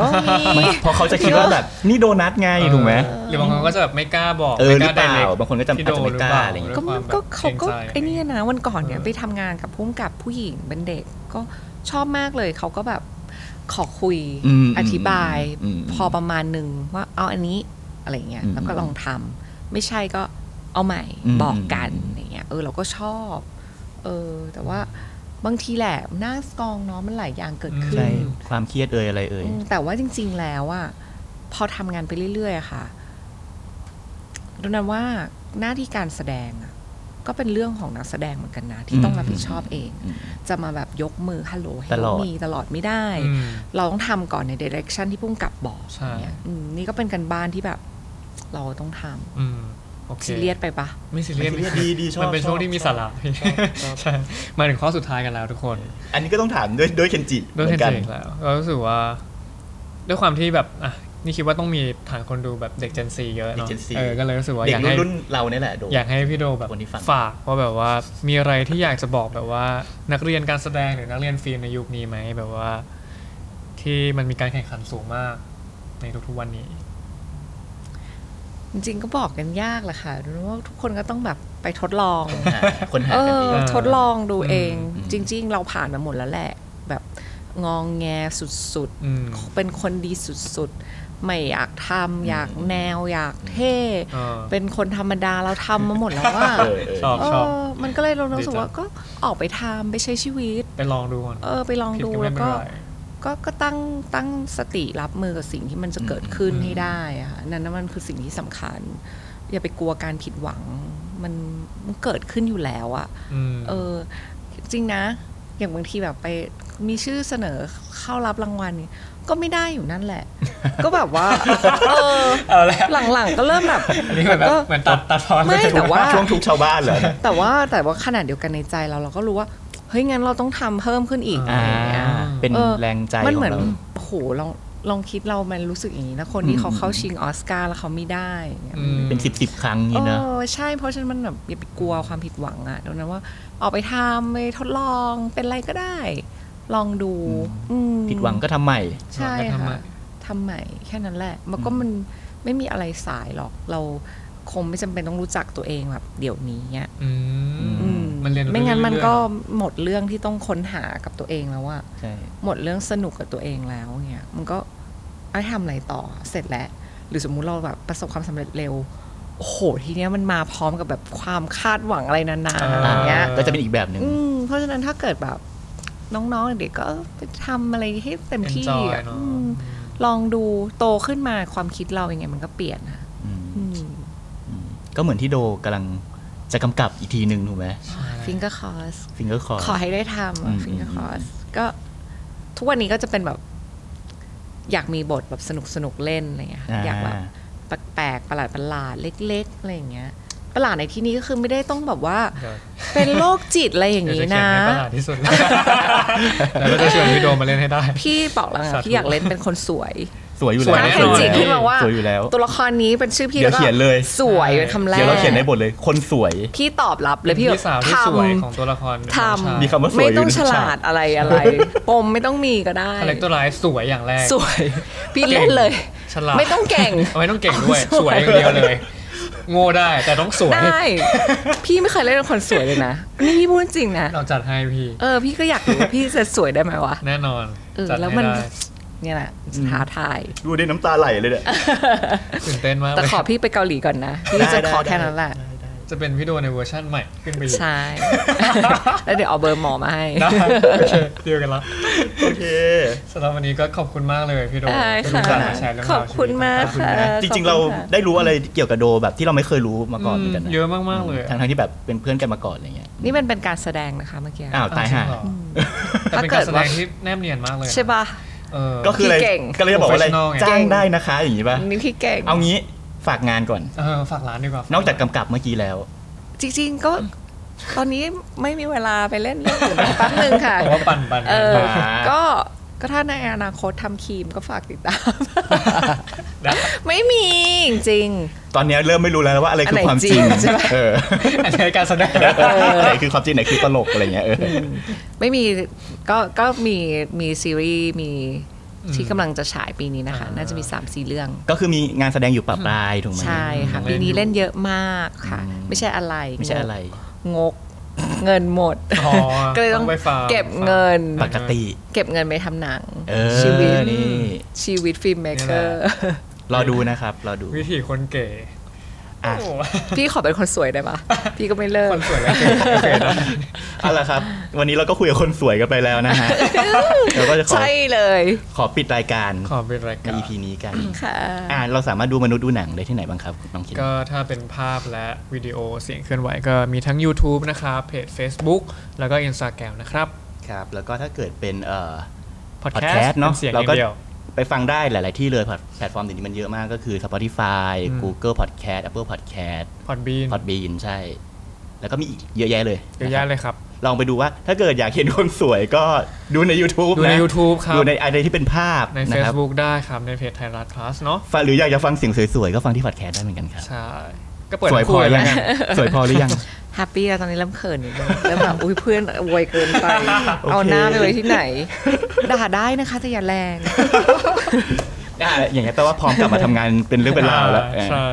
S5: ก็มี
S4: ไม่ (laughs) เพราะเขาจะคิดว่าแบบนี่โดนัทไงถูกไหม
S3: เออหรือบางคนก็จะแบบไม่กล้าบอก
S4: เออ
S3: ไม่กล้า
S4: หรือเปล่า
S3: direct
S4: บางคนก็จะ
S3: พี่โด
S4: อาจจะไม่กล้าอะไรเงี้ย
S5: ก็
S3: ห
S5: มั
S3: รืป
S5: น
S3: ล่
S5: ก็เขาก็
S3: รงใจ
S5: ไอ้เนี่ยนะวันก่อนเนี่ย
S3: เออ
S5: ไปทำงานกับพุ่มกับผู้หญิงเป็นเด็กก็ชอบมากเลย เขาก็แบบขอคุย
S4: อืม
S5: อธิบาย
S4: อืม
S5: พอประมาณหนึ่งว่าเอาอันนี้อะไรเงี้ย
S4: อืม
S5: แล้วก็ลองทำไม่ใช่ก็เอาใหม่
S4: อืม
S5: บอกกัน
S4: อืม
S5: อย่างเงี้ยเออเราก็ชอบเออแต่ว่าบางทีแหละหน้ากองเนาะมันหลายอย่างเกิดขึ้
S4: ใช่
S5: น
S4: ความเครียดเอ่ยอะไรเอ่ย
S5: อืมแต่ว่าจริง ๆ แล้วอะพอทำงานไปเรื่อยๆอะค่ะดูนั้นว่าหน้าที่การแสดงอะก็เป็นเรื่องของนักแสดงเหมือนกันนะ ที่ต้องรับผิดชอบเอง
S4: อืม
S5: จะมาแบบยกมือฮัลโหลให้
S4: ตลอด
S5: มีตลอดไม่ได้
S3: อืม
S5: เราต้องทำก่อนในเดเรคชันที่พุ่งกับบอก
S3: ใช่
S5: เนี่ยอืมนี่ก็เป็นกันบ้านที่แบบ เราต้องท
S3: อืมโอ
S5: ำ
S3: เค
S5: ซีเรียสไปปะ
S3: ไม่ซีเรียส
S4: ไม่ซีเรียสดีดีชอบ
S3: มันเป็นช่วงที่มี
S4: ชอบ
S3: สาระพี่ใช่มาถึงข้อสุดท้ายกันแล้วทุกคน
S4: อันนี้ก็ต้องถามด้วยด้วยเคนจิ
S3: ด้วยเทน
S4: หมือกั
S3: เซ็แล้วเรารู้สึกว่า ด้วยความที่แบบอ่ะนี่คิดว่าต้องมีฐานคนดูแบบเด็ก Gen Z เยอะ
S4: เด็
S3: เนาะ
S4: ก Gen Z
S3: เออก็เลยรู้สึกว่า
S4: เด็
S3: อก ยากให้
S4: รุ่นรุ่นเราเนี่ยแหละโด
S3: อยากให้พี่โดแบบ
S4: คนที่ฟัง
S3: ฝากว่าแบบว่ามีอะไรที่อยากจะบอกแบบว่า นักเรียนการแสดงหรือนักเรียนฟิล์มในยุคนี้ไหมแบบว่า ท ที่มันมีการแข่งขันสูงมาก ในทุกๆวันนี้
S5: จริงๆก็บอกกันยากแหละค่ะดูว่าทุกคนก็ต้องแบบไปทดลอง
S4: คนหา
S5: เอ
S4: กัน
S5: อ
S4: เอง
S5: ทดลองดูเอง
S4: อืม
S5: จริง ๆ เราผ่านมาหมดแล้วแหละ แบบงองแงสุด
S3: อืม
S5: ๆ เป็นคนดีสุดๆ ไม่อยากทำอยากแนวอยากเท่
S3: เออ
S5: เป็นคนธรรมดาเราทำมาหมดแล้วว่า
S4: เออเออ
S3: ชอบ
S5: เอ
S3: ชอบ
S5: อมันก็เลยเรารู้สึก
S3: ดีจัง
S5: ว่าก็ออกไปทำไปใช้ชีวิต
S3: ไปลองดูก่อน
S5: เออ ไปลอง
S3: ผิด
S5: ดู
S3: ก็ไม่
S5: แล้ว
S3: เป็น
S5: ก็
S3: ไร
S5: ก็ก็ตั้งตั้งสติรับมือกับสิ่งที่มันจะเกิดขึ้น
S3: อืม
S5: ให้ได้อะค่ะนั่นนะมันคือสิ่งที่สำคัญ อย่าไปกลัวการผิดหวัง มันมันเกิดขึ้นอยู่แล้วอะ
S3: อืม
S5: เออ จริงนะ อย่างบางทีแบบไปมีชื่อเสนอเข้ารับรางวัลนี่ก็ไม่ได้อยู่นั่นแห
S4: (laughs)
S5: ละ ก็แบบว่า เออ
S3: เอาละ
S5: หลังๆก็เริ่มแบบ
S3: อันนี้เหมือนแบบ
S5: ก็
S3: เหมือนตัดตัดพอ
S5: ไม่แต่ว่า
S4: ช่วงทุกข์ชาวบ้านเหรอเนี่ย
S5: แต่ว่าแต่ว่าขนาดเดียวกันในใจเราเราก็รู้ว่าเฮ้ยงั้นเราต้องทำเพิ่มขึ้นอีก
S4: อ่า
S5: อะไรอย่างเงี้ย
S4: เป็น
S5: เออ
S4: แรงใจ
S5: มัน
S4: ข
S5: เหมื
S4: อ
S5: อน
S4: งเรา
S5: โอ้โหลองลองคิดเรามันรู้สึกอย่างนี้นะ คนที่
S4: อืม
S5: เขาเข้าชิงออสการ์แล้วเขาไม่ได้อย่างเงี้ย
S3: อืม
S4: เป็นสิบสิบครั้ง
S5: เอ
S4: นี่นะ
S5: อใช่เพราะฉะนั้นมันแบบอย่าไปกลัวความผิดหวังอะดังนั้นว่าออกไปทำไปทดลองเป็นอะไรก็ได้ ลองดูอืม
S4: ผิดหวังก็ทำใหม่
S5: ใช่
S3: แล้วก็ทำใหม่
S5: ค่ะทำใหม่แค่นั้นแหละ มันก็
S4: อืม
S5: มันไม่มีอะไรสายหรอกเราคงไม่จำเป็นต้องรู้จักตัวเองแบบเดี๋ยวนี้อะ
S3: อืม
S5: อื
S3: มันเรียนรู้
S5: ไม่งั้นมัน
S3: เรื่อยๆ
S5: ก็
S3: เน
S5: หมดเรื่องที่ต้องค้นหากับตัวเองแล้วอะ
S4: ใช่
S5: หมดเรื่องสนุกกับตัวเองแล้วเนี่ยมันก็เอาทำอะไรต่อเสร็จแล้ว หรือสมมุติเราแบบประสบความสำเร็จเร็วโอ้โหทีเนี้ยมันมาพร้อมกับแบบความคาดหวังอะไรนานๆอะไรเงี้ย
S4: ก็จะเป็นอีกแบบหนึ่ง
S5: อืมเพราะฉะนั้นถ้าเกิดแบบน้องๆเด็กๆก็ไปทำอะไรให้เต็มที่
S3: Enjoy
S5: อะ
S3: เนอะ
S5: อืมลองดูโตขึ้นมาความคิดเรายังไงมันก็เปลี่ยนนะอืม
S4: ก็เหมือนที่โดกำลังจะกำกับอีกทีหนึ่งถูกไหม
S5: ฟิงเกอร์คอส
S4: ฟิงเกอร์คอร์
S5: ขอให้ได้ทำ
S4: อื
S5: อะ
S4: ม
S5: ฟิงเกอร์
S4: อืม
S5: คอสก็ทุกวันนี้ก็จะเป็นแบบ อยากมีบทแบบสนุกสนุกๆเล่นอะไรเงี้ยค่ะอยากแบบแปลกๆประหลาดประหลาดๆเล็กๆอะไรอย่างเงี้ยประหลาดในที่นี้ก็คือไม่ได้ต้องแบบว่า
S3: เดี๋ยว
S5: เป็นโรคจิตอะไรอย่าง
S3: เดี๋ยว
S5: นี้
S3: จะเขียน
S5: นะ
S3: ให้ประหลาดที่สุด
S5: (laughs)
S3: แล้วก็จะชวนพี่โดมมาเล่นให้ได้
S5: พี่บอกแล้วไง
S3: สาธุ
S5: พี่อยากเล่นเป็นคนสวย
S4: สวยอยู่
S3: สว
S4: แล้
S3: ย
S4: ว
S3: น่
S5: ถ้าใคร
S3: นอน
S5: จิต
S4: สวย
S5: ขึ้นมาว่า
S4: สวยอยู่แล้ว
S5: ตัวละครนี้เป็นชื่อพี่
S4: เดี๋ยว
S5: แวก็
S4: เขียนเลย
S5: สวยเป็นคำแร
S4: เดี๋ยว
S5: ก
S4: เราเขียนในบทเลย คนสวย
S5: พี่ตอบรับเลยพี่
S3: พี่สาวที่สวย
S5: ทำ
S3: ของตัวละคร
S5: ท
S4: มีคำว่าสวย
S5: ำไม่ต้อง
S4: อยู่
S5: ฉ
S4: ในฉาก
S5: ลาดอะไรอะไรปมไม่ต้องมีก็ได้
S3: คาแรคเตอร์ไลท์สวยอย่างแรก
S5: สวย พี่เล่นเลย
S3: ฉลาด
S5: ไม่ต้องเก่ง
S3: ไม่ต้องเก่งด้วย สวยอย่างเดียวเลย โง่ได้แต่ต้องสวย
S5: ได้
S3: (laughs)
S5: พี่ไม่เคยเล่นเป็นคนสวยเลยนะ นี่พี่พูดจริงนะ
S3: เราจัดให้พี่
S5: เออ พี่ก็อยากรู้ว่าพี่จะสวยได้ไหมวะ
S3: แน่นอน
S5: เออ
S3: จัด
S5: แล้ว
S3: ให้
S5: มัน
S3: ได้
S5: เนี่ยแหละท้าทาย
S4: ดูได้น้ำตาไหลเลยเนี่ย
S3: ตื่นเต้นมากเล
S5: แต่
S3: ย
S5: ขอพี่ไปเกาหลีก่อนนะ พี่จะขอแค่นั้นแหละ
S3: จะเป็นพี่โดในเวอร์ชั่นใหม่ขึ้นไปอีก
S5: ใช่ แล้วเดี๋ยวเอาเบอร์หมอมาให้
S3: ได้โอเคเดียวกันละ
S4: โอเค
S3: สำหรับวันนี้ก็ขอบคุณมากเลยพี่โด
S5: ได้ค่ะ
S3: ที่มาแชร์เรื่อง
S5: ข
S3: ราว
S5: อบคุณ
S3: ชีวิต
S5: มากค่ะ
S4: จริงๆ เราได้รู้อะไรเกี่ยวกับโดแบบที่เราไม่เคยรู้มาก่อนเหมือนกันนะ
S3: อืมเยอะมากๆเลยอะ
S4: ทั้งๆที่แบบเป็นเพื่อนกันมาก่อนอะไรเงี้ย
S5: นี่มันเป็นการแสดงนะคะเมื่อกี้
S4: อ้าวตายห่า
S3: จริงเหรอแต่
S5: ถ้า
S3: เป็น
S5: เกิ
S3: การ
S5: ด
S3: แสด
S5: ว่า
S3: งที่แนบเนียนมากเลยน
S5: ใช่ป่ะ
S3: เออ
S4: ก็คืออะไร
S5: พี่เก่ง
S4: ก็เลยจะบอกว่าอะไร
S3: Professional ไง
S4: จ้างได้นะคะอย่างงี้ป่ะ
S5: นี่พี่เก่ง
S4: เอางี้ฝากงานก่อน
S3: เออฝากร้านดีกว่าน น
S4: อกจากกำกับเมื่อกี้แล้ว
S5: จริงๆก็ตอนนี้ไม่มีเวลาไปเล่นเรื่องอื่นแป๊บนึงค่ะ
S3: เพราะว่าปั่นปั่น
S5: เออ
S4: อ่า
S5: ก็ก็ถ้าในอนาคตทำครีมก็ฝากติดตาม
S3: นะ
S5: (laughs) ไม่มีจริง
S4: ตอนเนี้ยเริ่มไม่รู้แล้วว่าอะไรคือความจริง
S5: อันไหนจริงใช่ปะ
S4: เออ
S3: อันนี้การแส
S5: (laughs)
S3: ดง
S4: อะไรคือความจริงไหนคือตลกอะไรเงี้ยเออ
S5: ๆ ไม่มีก็ก็มีมีซีรีส์มีที่กำลังจะฉายปีนี้นะคะ น่าจะมี3 4เรื่อง
S4: ก็คือมีงานแสดงอยู่ปะปลายถูกไหม
S5: ใช่ค่ะ ปีนี้เล่นเยอะมากค่ะ
S4: อืม
S5: ไม่ใช่อะไร
S4: ไม่ใช่อะไร
S5: งกเงินหมด
S3: อ๋อ
S5: ก็เลยต้อง
S3: ไปฟาร์ม
S5: เก็บเงิน
S4: ปกติ
S5: เก็บเงินไปทำหนัง
S4: เออ
S5: ชีวิต
S4: นี่
S5: ชีวิตฟิล์มเมกเกอ
S3: นี่
S5: ร์
S3: แหละ
S4: รอดูนะครับ รอดู
S3: วิธีคนเก๋
S4: อ่ะ
S3: โอ้
S5: พี่ขอเป็นคนสวยได้ปะพี่ก็ไม่เลิก
S3: คนสวยและเก๋โอเคนะ
S4: เอาละครับ วันนี้เราก็คุยกับคนสวยกันไปแล้วนะ
S5: (laughs)
S4: ฮะ เราก็จะขอ
S5: ใช่เลย
S4: ขอปิดรายการ
S3: ขอเป็นราย
S4: ใน
S3: การ
S4: EP นี้กัน
S5: ค่ะ
S4: อ่าเราสามารถดูมนุษย์ดูหนังได้ที่ไหนบ้างครับน้องคิด
S3: ก็ถ้าเป็นภาพและวิดีโอเสียงเคลื่อนไหวก็มีทั้ง YouTube นะครับเพจ Facebook แล้วก็ Instagram นะครับ
S4: ครับ แล้วก็ถ้าเกิดเป็นเอ่อ
S3: Podcast
S4: Podcast เนอะ
S3: ป็เสียงอ
S4: เรา
S3: ย่า
S4: ก็
S3: งเดียว
S4: ไปฟังได้หลาย ๆ ที่เลย pod- แพลตฟอร์มเดี๋ยวนี้มันเยอะมากก็คือ Spotify
S3: อืม
S4: Google Podcast Apple Podcast
S3: Podbean
S4: Podbean ใช่ แล้วก็มีอีกเยอะแยะเลย
S3: เยอะแยะ
S4: นครับ
S3: เลยครับ
S4: ลองไปดูว่าถ้าเกิดอยากเห็นคนสวยก็ดูใน YouTube
S3: ดูใน
S4: นะ
S3: YouTube ครับ
S4: ดูในอะไรที่เป็นภาพ
S3: ใน
S4: นะครับ
S3: Facebook ได้ครับ ในเพจไทยรัฐ plus เนาะ
S4: ฟังหรืออยากจะฟังเสียงสวย ๆ ก็ฟังที่พอดแคสต์ได้เหมือนกันครับ
S3: ใช่ ก็เปิด
S4: สวยพ
S3: คู่
S4: อ
S3: เลย
S4: ยั
S3: แล้ว
S4: ง
S3: กัน
S4: สวยพอหรือยัง
S5: แฮปปี้แล้วตอนนี้เริ่มเขินนิดนึงเริ่มแบบอุ้ยเพื่อนอวยเกินไป เอาหน้าไปไว้ที่ไหน ด่าได้นะคะแต่อย่าแรง
S4: ได้อย่างเงี้ยแปลว่าพร้อมกลับมาทำงานเป็นเรื่องเป็นราวแล้ว
S3: อ่
S4: เออ
S3: ใช่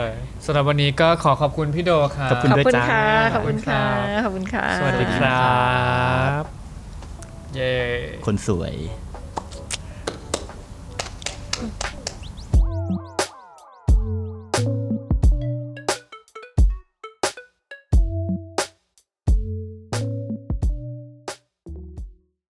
S3: สำหรับวันนี้ก็ขอขอบคุณพี่โดครับ
S4: ขอบคุณ
S5: ขอบ
S4: ด้วย
S5: คุณค่ะ
S3: ข
S5: ข
S3: อบ
S5: อ
S3: บ คุ
S5: คุณ ณ
S3: ครั
S5: ค่ะ
S3: บ
S5: ขอบคุณค่ะ
S3: สวัสดีครับ เย้
S4: คนสวย